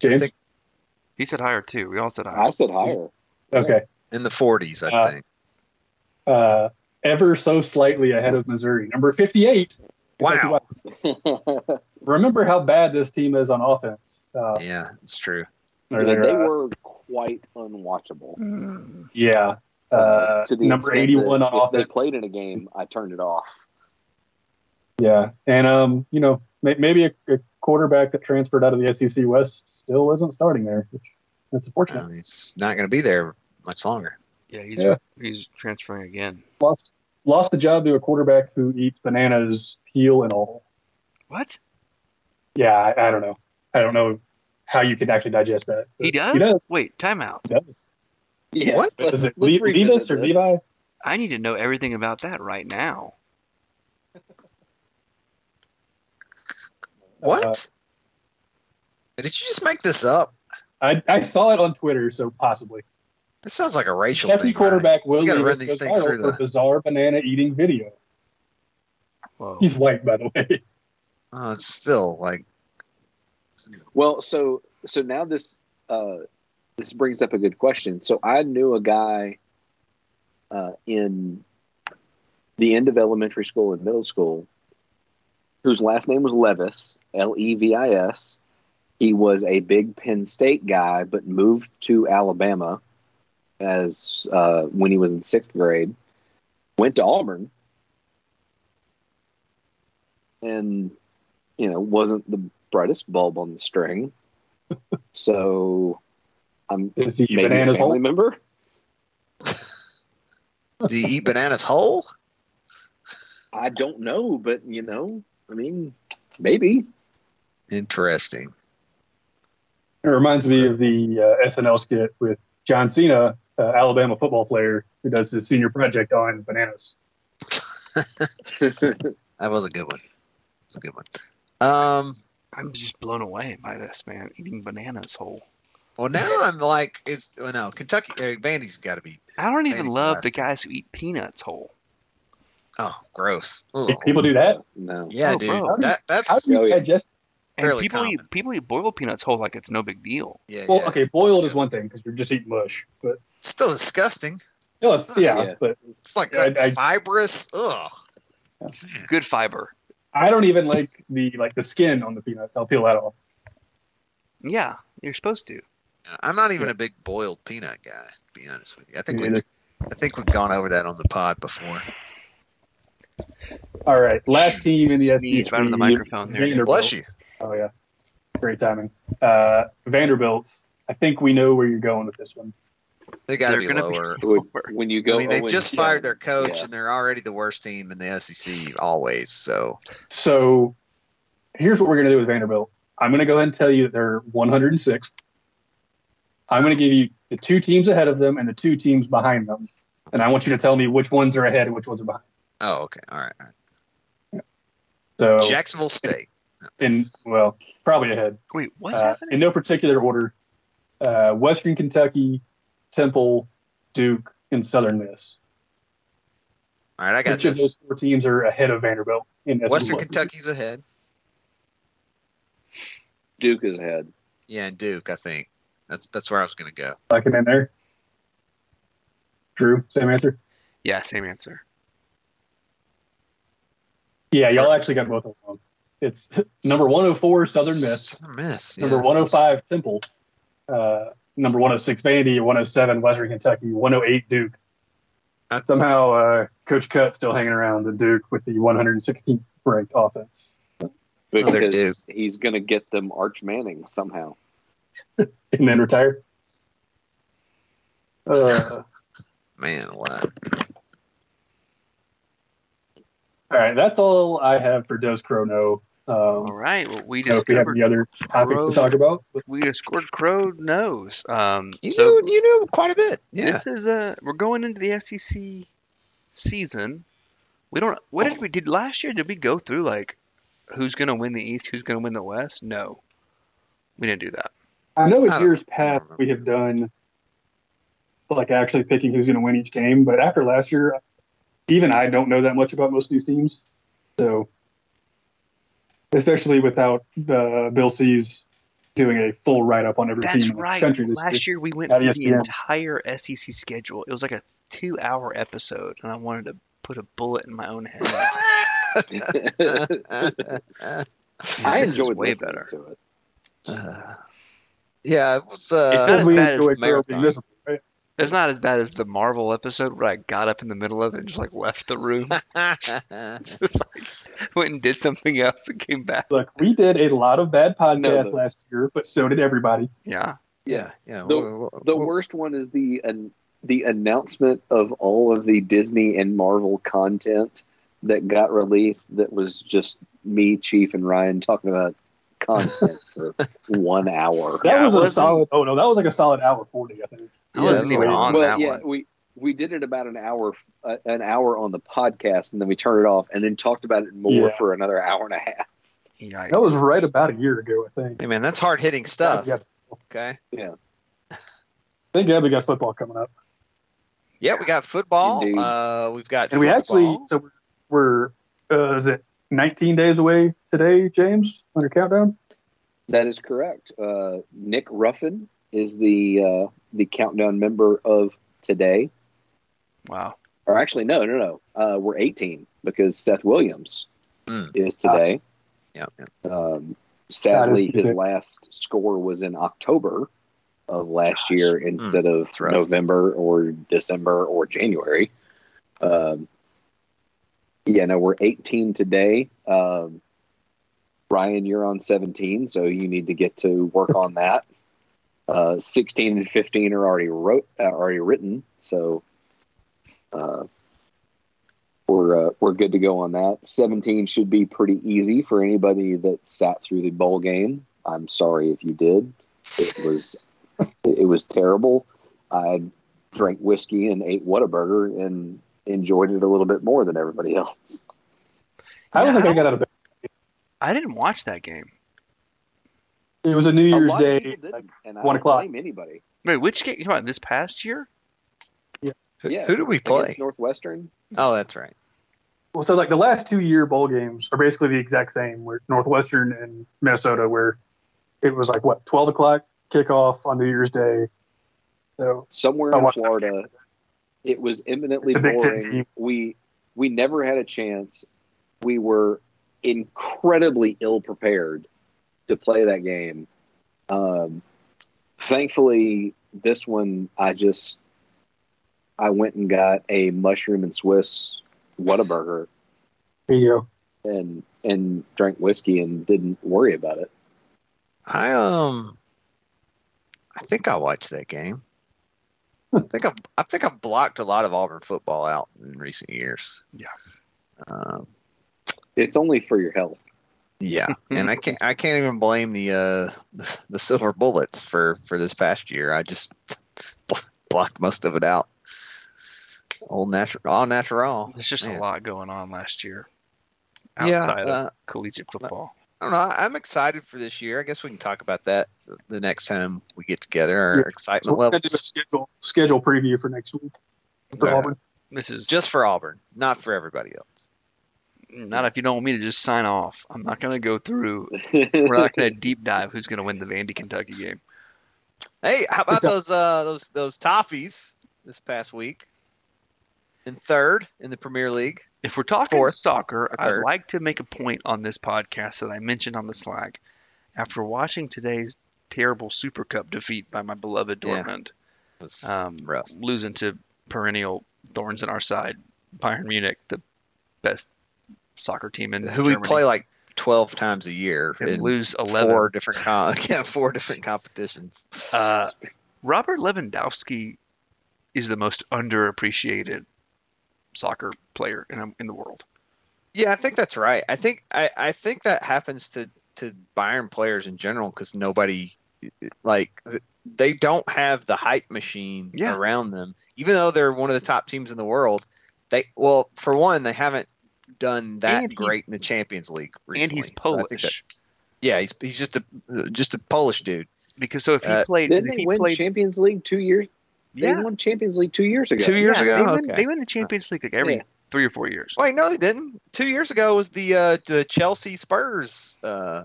B: James?
D: think-
A: He said higher too. We all said higher.
C: I said higher.
B: Okay.
D: In the 40s, I
B: Uh,
D: think.
B: Uh, ever so slightly ahead of Missouri. Number 58. Kentucky
D: Wow.
B: Wildcats. Remember how bad this team is on offense. Uh,
D: Yeah, it's true.
B: they're-
C: they
B: they're, uh,
C: were quite unwatchable.
B: yeah. Uh, number
C: extent that
B: 81 on
C: if
B: offense.
C: They played in a game. I turned it off.
B: Yeah, and um, you know, may- maybe a, a quarterback that transferred out of the SEC West still isn't starting there, which that's unfortunate.
D: I mean, it's not going to be there much longer.
A: Yeah, he's
B: Yeah.
A: he's transferring again.
B: Lost lost the job to a quarterback who eats bananas, peel, and all.
A: What?
B: Yeah, I, I don't know. I don't know how you can actually digest that.
A: He does?
B: He does.
A: Wait, timeout.
B: He does.
C: Yeah,
D: What?
B: Is it Le- Levis or
C: revisit
B: Levi?
C: this.
A: I need to know everything about that right now.
D: What?
B: Uh,
D: Did you just make this up?
B: I, I saw it on Twitter, so possibly.
D: This sounds like a racial
B: Kentucky
D: thing.
B: quarterback "Oh, Will
D: You gotta run
B: Levis
D: these
B: goes
D: things
B: viral
D: through
B: for
D: the-
B: bizarre banana eating video.
A: Whoa.
B: He's white, by the way.
D: Right? Oh, it's still like
C: Well, so so now this uh, this brings up a good question. So I knew a guy uh, in the end of elementary school and middle school whose last name was Levis, L E V I S. He was a big Penn State guy, but moved to Alabama as uh, when he was in sixth grade. Went to Auburn, and you know wasn't the brightest bulb on the string. so I'm
B: Is he
C: maybe a
B: bananas
C: family
B: whole?
C: member.
D: do you eat bananas whole?
C: I don't know, but you know, I mean, maybe.
D: Interesting.
B: It reminds me of the uh, SNL skit with John Cena, uh, Alabama football player, who does his senior project on bananas.
D: That was a good one. That's a good one. Um,
A: I'm just blown away by this man eating bananas whole.
D: well, now I'm like, it's well, no Kentucky. Uh, Vandy's got to be.
A: I don't even
D: Ladies
A: love
D: last.
A: the guys who eat peanuts whole.
D: Oh, gross. Ugh.
B: People do that.
C: No.
D: yeah,
A: Oh,
D: dude.
A: bro.
D: That that's
B: How do
C: Oh,
B: you
C: yeah.
B: digest?
A: And
D: Fairly
A: people
D: common.
A: eat people eat boiled peanuts whole like it's no big deal.
D: yeah.
B: Well,
D: yeah,
B: okay,
D: it's
B: boiled is
D: disgusting.
B: one thing because you're just eating mush, but
D: Still disgusting.
B: no, it's, yeah,
C: Yeah.
B: But
D: It's like
B: I-
D: that
B: I-
D: fibrous. Ugh. Oh,
A: It's good fiber.
B: I don't even like the like the skin on the peanuts. I'll peel that off.
A: Yeah, you're supposed to.
D: I'm not even a big boiled peanut guy. To be honest with you, I think
B: Me
D: we have
B: neither.
D: I think we've gone over that on the pod before.
B: All right, last team in the
D: Sneeze
B: SEC.
A: right on the microphone there.
B: Vanderbilt.
D: Bless you.
B: Oh yeah, great timing. Uh, Vanderbilt. I think we know where you're going with this one.
D: They got to
A: They're
D: be
A: gonna be-
D: lower.
C: When, when you go,
D: I mean, they've
C: 0 and
D: just
C: 10,
D: fired their coach,
C: Yeah.
D: and they're already the worst team in the SEC always. So
B: So here's what we're going to do with Vanderbilt. I'm going to go ahead and tell you that they're 106th. I'm going to give you the two teams ahead of them and the two teams behind them. And I want you to tell me which ones are ahead and which ones are behind.
D: Oh, okay. All right. all right.
B: So
D: Jacksonville State.
B: in well, probably ahead.
A: Wait, what's
B: Uh,
A: happening?
B: in no particular order, uh, Western Kentucky, Temple, Duke, and Southern Miss.
D: All right, I got
B: Each of
D: this.
B: those four teams are ahead of Vanderbilt in SEC.
D: Western Kentucky's ahead.
C: Duke is ahead.
D: Yeah, and Duke, I think. That's that's where I was going to go.
B: Second in there. Drew, same answer.
A: Yeah, same answer.
B: Yeah, y'all actually got both of them. It's number 104, Southern Miss.
D: Southern Miss. Yeah.
B: Number 105, Temple. Uh, number 106, Vandy. 107, Western Kentucky. 108, Duke.
D: I-
B: Somehow, uh, Coach Cut still hanging around the Duke with the 116th ranked offense.
D: Oh, they're
C: Because
D: Duke.
C: he's going to get them Arch Manning somehow.
B: and then retire. Uh,
D: Man, what?
B: all right, that's all I have for Does Crow know.
A: All
B: Um,
A: right, well, we
B: I don't know if we have
A: discovered
B: any other topics to talk about. but
A: we discovered Crow knows. Um,
D: You
A: so-
D: knew, you knew quite a bit. Yeah.
A: This is uh we're going into the SEC season. We don't what did we did last year? Did we go through like who's gonna win the East, who's gonna win the West? No. We didn't do that.
B: I
D: I
B: know in
D: don't-
B: years past we have done like actually picking who's going to win each game, but after last year, even I don't know that much about most of these teams. So, especially without uh, Bill C's doing a full write up on every
A: That's
B: team in
A: right.
B: the country this E
A: Last year we went
B: Yeah,
A: through
B: yes,
A: the
B: yeah.
A: entire SEC schedule. It was like a two hour episode and I wanted to put a bullet in my own head.
C: I
A: This is
C: enjoyed
A: way
C: listening
A: better.
C: to it.
D: Uh, yeah, it was.
B: It
D: Uh,
A: not
B: says
A: as
B: we
A: bad as
B: enjoy
A: the
B: Girls Be
A: marathon.
B: Miserable, right?
A: It's not as bad as the Marvel episode where I got up in the middle of it and just like left the room. Just like went and did something else and came back.
B: Look, we did a lot of bad podcasts
C: No, the-
B: last year, but so did everybody.
A: Yeah.
D: yeah, yeah.
C: The-
D: well,
C: The
D: well,
C: worst one is the an, the announcement of all of the Disney and Marvel content that got released. That was just me, Chief, and Ryan talking about content for one hour.
B: That
A: Yeah,
B: was
A: it
B: a
A: wasn't-
B: solid. Oh no, that was like a solid hour forty, I think.
A: I
D: Yeah,
A: wasn't
D: it was
A: even
D: way-
A: on
C: well,
A: that
C: yeah,
A: one.
C: we we did it about an hour uh, an hour on the podcast, and then we turned it off, and then talked about it more
B: Yeah.
C: for another hour and a half.
A: Yikes.
B: That was right about a year ago, I think.
D: Hey, man, that's hard hitting stuff.
B: Yeah,
D: Okay.
B: I think Gabby got football coming up,
D: Yeah, we got football.
C: Indeed.
D: Uh, we've got.
B: and we actually
D: football.
B: so we're uh, is it nineteen days away today, James, on your countdown?
C: That is correct. Uh, Nick Ruffin is the uh, the countdown member of today.
A: Wow.
C: or actually no no no uh, we're 18 because seth williams
A: Hmm.
D: Mm.
C: is today
D: Yeah, yeah.
C: um, sadly
B: That is
C: his
B: good.
C: last score was in october of last year instead of
D: rough.
C: november or december or january um, yeah no we're 18 today um, ryan you're on 17 so you need to get to work on that uh, 16 and 15 are already wrote uh, already written so uh, we're uh, we're good to go on that 17 should be pretty easy for anybody that sat through the bowl game i'm sorry if you did it was it was terrible i drank whiskey and ate whataburger and enjoyed it a little bit more than everybody else
B: I don't
A: Yeah.
B: think I got out of bed.
A: I didn't watch that game.
B: It was a New
C: A
B: Year's
C: lot of
B: Day.
C: people didn't, and I
B: one
C: don't
B: o'clock.
C: blame anybody
A: Wait, which game? You talking about this past year?
D: Who,
C: yeah
D: who do we
C: Against
D: play?
C: northwestern
D: Oh, that's right.
B: Well, so like the last two year bowl games are basically the exact same. Where Northwestern and Minnesota, where it was like what twelve o'clock kickoff on New Year's Day. So
C: somewhere
B: I
C: in
B: watched that
C: florida it was imminently
B: It's the Big Ten
C: boring
B: team.
C: we we never had a chance we were incredibly ill prepared to play that game um, thankfully this one i just i went and got a mushroom and swiss whataburger
B: there you go.
C: and and drank whiskey and didn't worry about it
D: I um, I think I watched that game.
B: Hmm.
D: I think I, I think I blocked a lot of Auburn football out in recent years.
A: Yeah.
D: Um,
C: it's only for your health
D: yeah, and I can't I can't even blame the uh the silver bullets for for this past year. I just blocked most of it out. Old natural, all natural.
A: There's just
D: Man.
A: a lot going on last year
D: Yeah,
A: outside of
D: uh,
A: collegiate football.
D: I don't know. I- I'm excited for this year. I guess we can talk about that the- the next time we get together. Our
B: Yeah. So
D: excitement
B: we're gonna do a
D: levels
B: schedule schedule preview for next week. For
D: Yeah.
B: Auburn.
A: This is
D: just for Auburn, not for everybody else.
A: Mm, not if you don't want me to just sign off. I'm not going to go through. We're not going to deep dive who's going to win the Vandy Kentucky game.
D: Hey, how about those uh, those those toffees this past week? In third in the Premier League.
A: If we're talking
D: Fourth
A: soccer,
D: or
A: I'd
D: third.
A: like to make a point on this podcast that I mentioned on the Slack. After watching today's terrible Super Cup defeat by my beloved
D: Yeah.
A: Dortmund,
D: Was
A: um,
D: rough.
A: losing to perennial thorns in our side, Bayern Munich, the best soccer team in
D: Who we
A: Germany,
D: play like twelve times a year
A: and
D: in
A: lose 11.
D: four different com- yeah four different competitions.
A: Uh, Robert Lewandowski is the most underappreciated soccer player in, in the world.
D: Yeah, I think that's right. I think I, I think that happens to to Bayern players in general because nobody like they don't have the hype machine
A: Yeah.
D: around them. Even though they're one of the top teams in the world, they well for one they haven't done that
A: And he's-
D: great in the Champions League
A: and he's
D: recently. So I
A: Polish.
D: think that's, yeah, he's he's just a just a Polish dude.
A: Because so if he
D: Uh,
A: played,
C: Didn't
A: if
C: they
A: he
C: win
A: played,
C: Champions League two years? They
A: yeah,
C: won Champions League two years ago.
D: Two years
A: yeah,
D: ago,
A: they win,
D: okay.
A: they win the Champions League like every
C: Yeah.
A: three or four years.
D: Wait, no, they didn't. Two years ago was the uh, the Chelsea Spurs uh,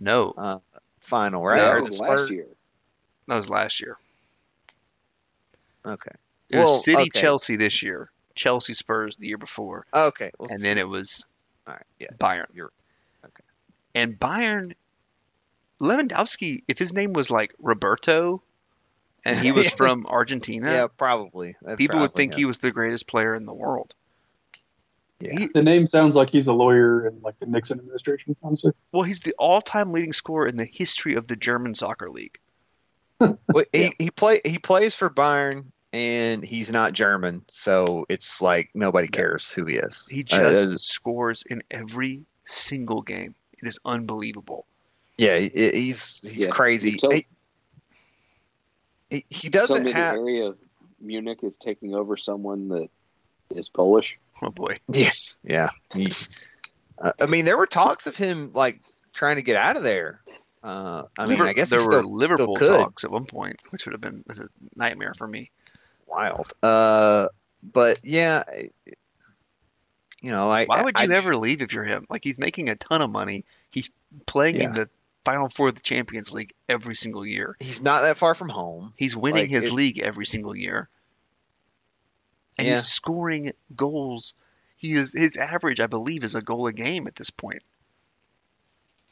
A: No,
D: final, right?
C: right?
D: Or
C: No,
D: the
C: last
D: Spurs-
C: year.
A: that was last year.
D: Okay.
A: It
D: Well,
A: was City
D: okay.
A: Chelsea this year, Chelsea Spurs the year before,
D: Okay. Well,
A: and then it was
D: all right. Yeah.
A: Bayern.
D: You're- okay.
A: And Bayern, Lewandowski, if his name was like Roberto, and he was
D: Yeah.
A: from Argentina,
D: Yeah, probably. That
A: people would
D: probably
A: think he
D: is.
A: was the greatest player in the world.
B: The name sounds like he's a lawyer in like the Nixon administration. Honestly.
A: Well, he's the all-time leading scorer in the history of the German soccer league.
D: Well, he he play he plays for Bayern, and he's not German, so it's like nobody cares who he is.
A: He
D: Uh,
A: just
D: is-
A: scores in every single game. It is unbelievable.
D: yeah, he- he's he's
C: Yeah.
D: crazy.
C: So-
D: he, he- he
C: So
D: doesn't
C: maybe
D: have.
C: the area of Munich is taking over someone that is Polish.
A: Oh boy.
D: Yeah. He- uh, I mean, there were talks of him like trying to get out of there. Uh, I mean,
A: Liver-
D: I guess
A: there
D: he
A: were
D: still,
A: Liverpool
D: still could.
A: talks at one point, which would have been a nightmare for me.
D: Wild. Uh, but yeah, I- you know, I.
A: Why would
D: I-
A: you ever leave if you're him? Like he's making a ton of money. He's playing in the final four of the Champions League every single year.
D: He's not that far from home.
A: He's winning
D: Like,
A: his
D: it-
A: league every single year. And
D: Yeah.
A: he's scoring goals. He is his average, I believe, is a goal a game at this point.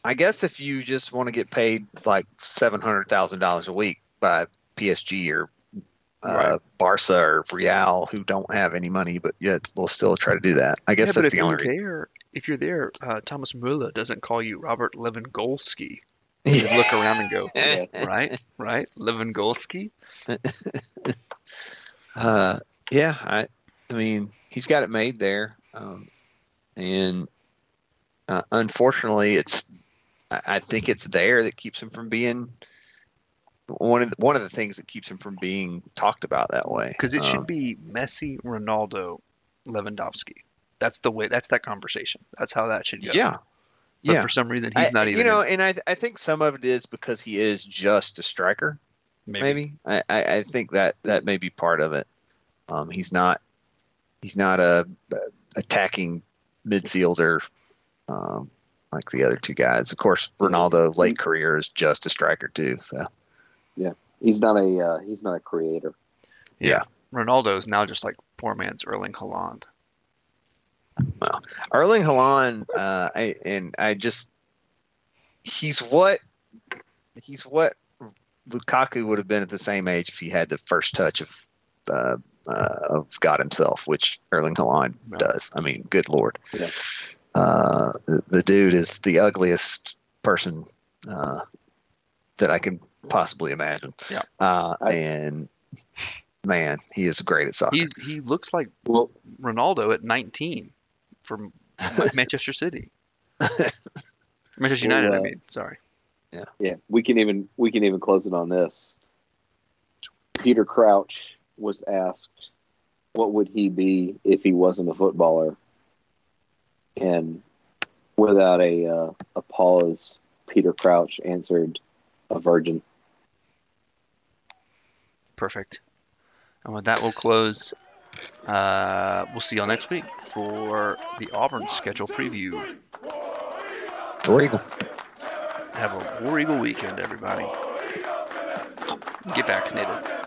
D: I guess if you just want to get paid like seven hundred thousand dollars a week by PSG or uh,
A: Right.
D: Barca or Real, who don't have any money, but yet will still try to do that. I guess
A: yeah, but
D: that's
A: if
D: the
A: you're
D: only reason.
A: there, if you're there, uh, Thomas Müller doesn't call you Robert Lewandowski. You
D: Yeah.
A: look around and go,
D: Eh.
C: Yeah.
A: right, right, Lewandowski.
D: Uh, yeah, I, I mean, he's got it made there, um, and uh, unfortunately, it's. I, I think it's there that keeps him from being one of the, one of the things that keeps him from being talked about that way.
A: Because it
D: Um,
A: should be Messi, Ronaldo, Lewandowski. That's the way. That's that conversation. That's how that should go.
D: Yeah.
A: But
D: yeah.
A: for some reason, he's
D: I,
A: not even.
D: you know,
A: in it,
D: and I, I think some of it is because he is just a striker.
A: maybe.
D: Maybe, I, I, I think that that may be part of it. Um, he's not he's not a, a attacking midfielder um, like the other two guys. Of course, Ronaldo late career is just a striker too. So
C: He's not a uh, he's not a creator.
A: Ronaldo is now just like poor man's Erling Haaland.
D: Erling Haaland, uh, I, and I just he's what he's what Lukaku would have been at the same age if he had the first touch of uh, uh, of God himself, which Erling Haaland
A: Yeah.
D: does. I mean, good lord,
C: Yeah.
D: uh, the, the dude is the ugliest person uh, that I can possibly imagine.
A: Yeah.
D: Uh,
C: I-
D: and man, he is great at soccer.
A: He he looks like
C: Well,
A: Ronaldo at 19 from Manchester City. Manchester
C: Well,
A: United, I
C: uh,
A: mean, sorry.
C: yeah, we can even we can even close it on this. Peter Crouch was asked, "What would he be if he wasn't a footballer?" And Without a uh, a pause, Peter Crouch answered, "A virgin."
A: Perfect. And with that, we'll close. Uh, we'll see y'all next week for the Auburn schedule preview.
D: War Eagle.
A: Have a War Eagle weekend, everybody. Get vaccinated.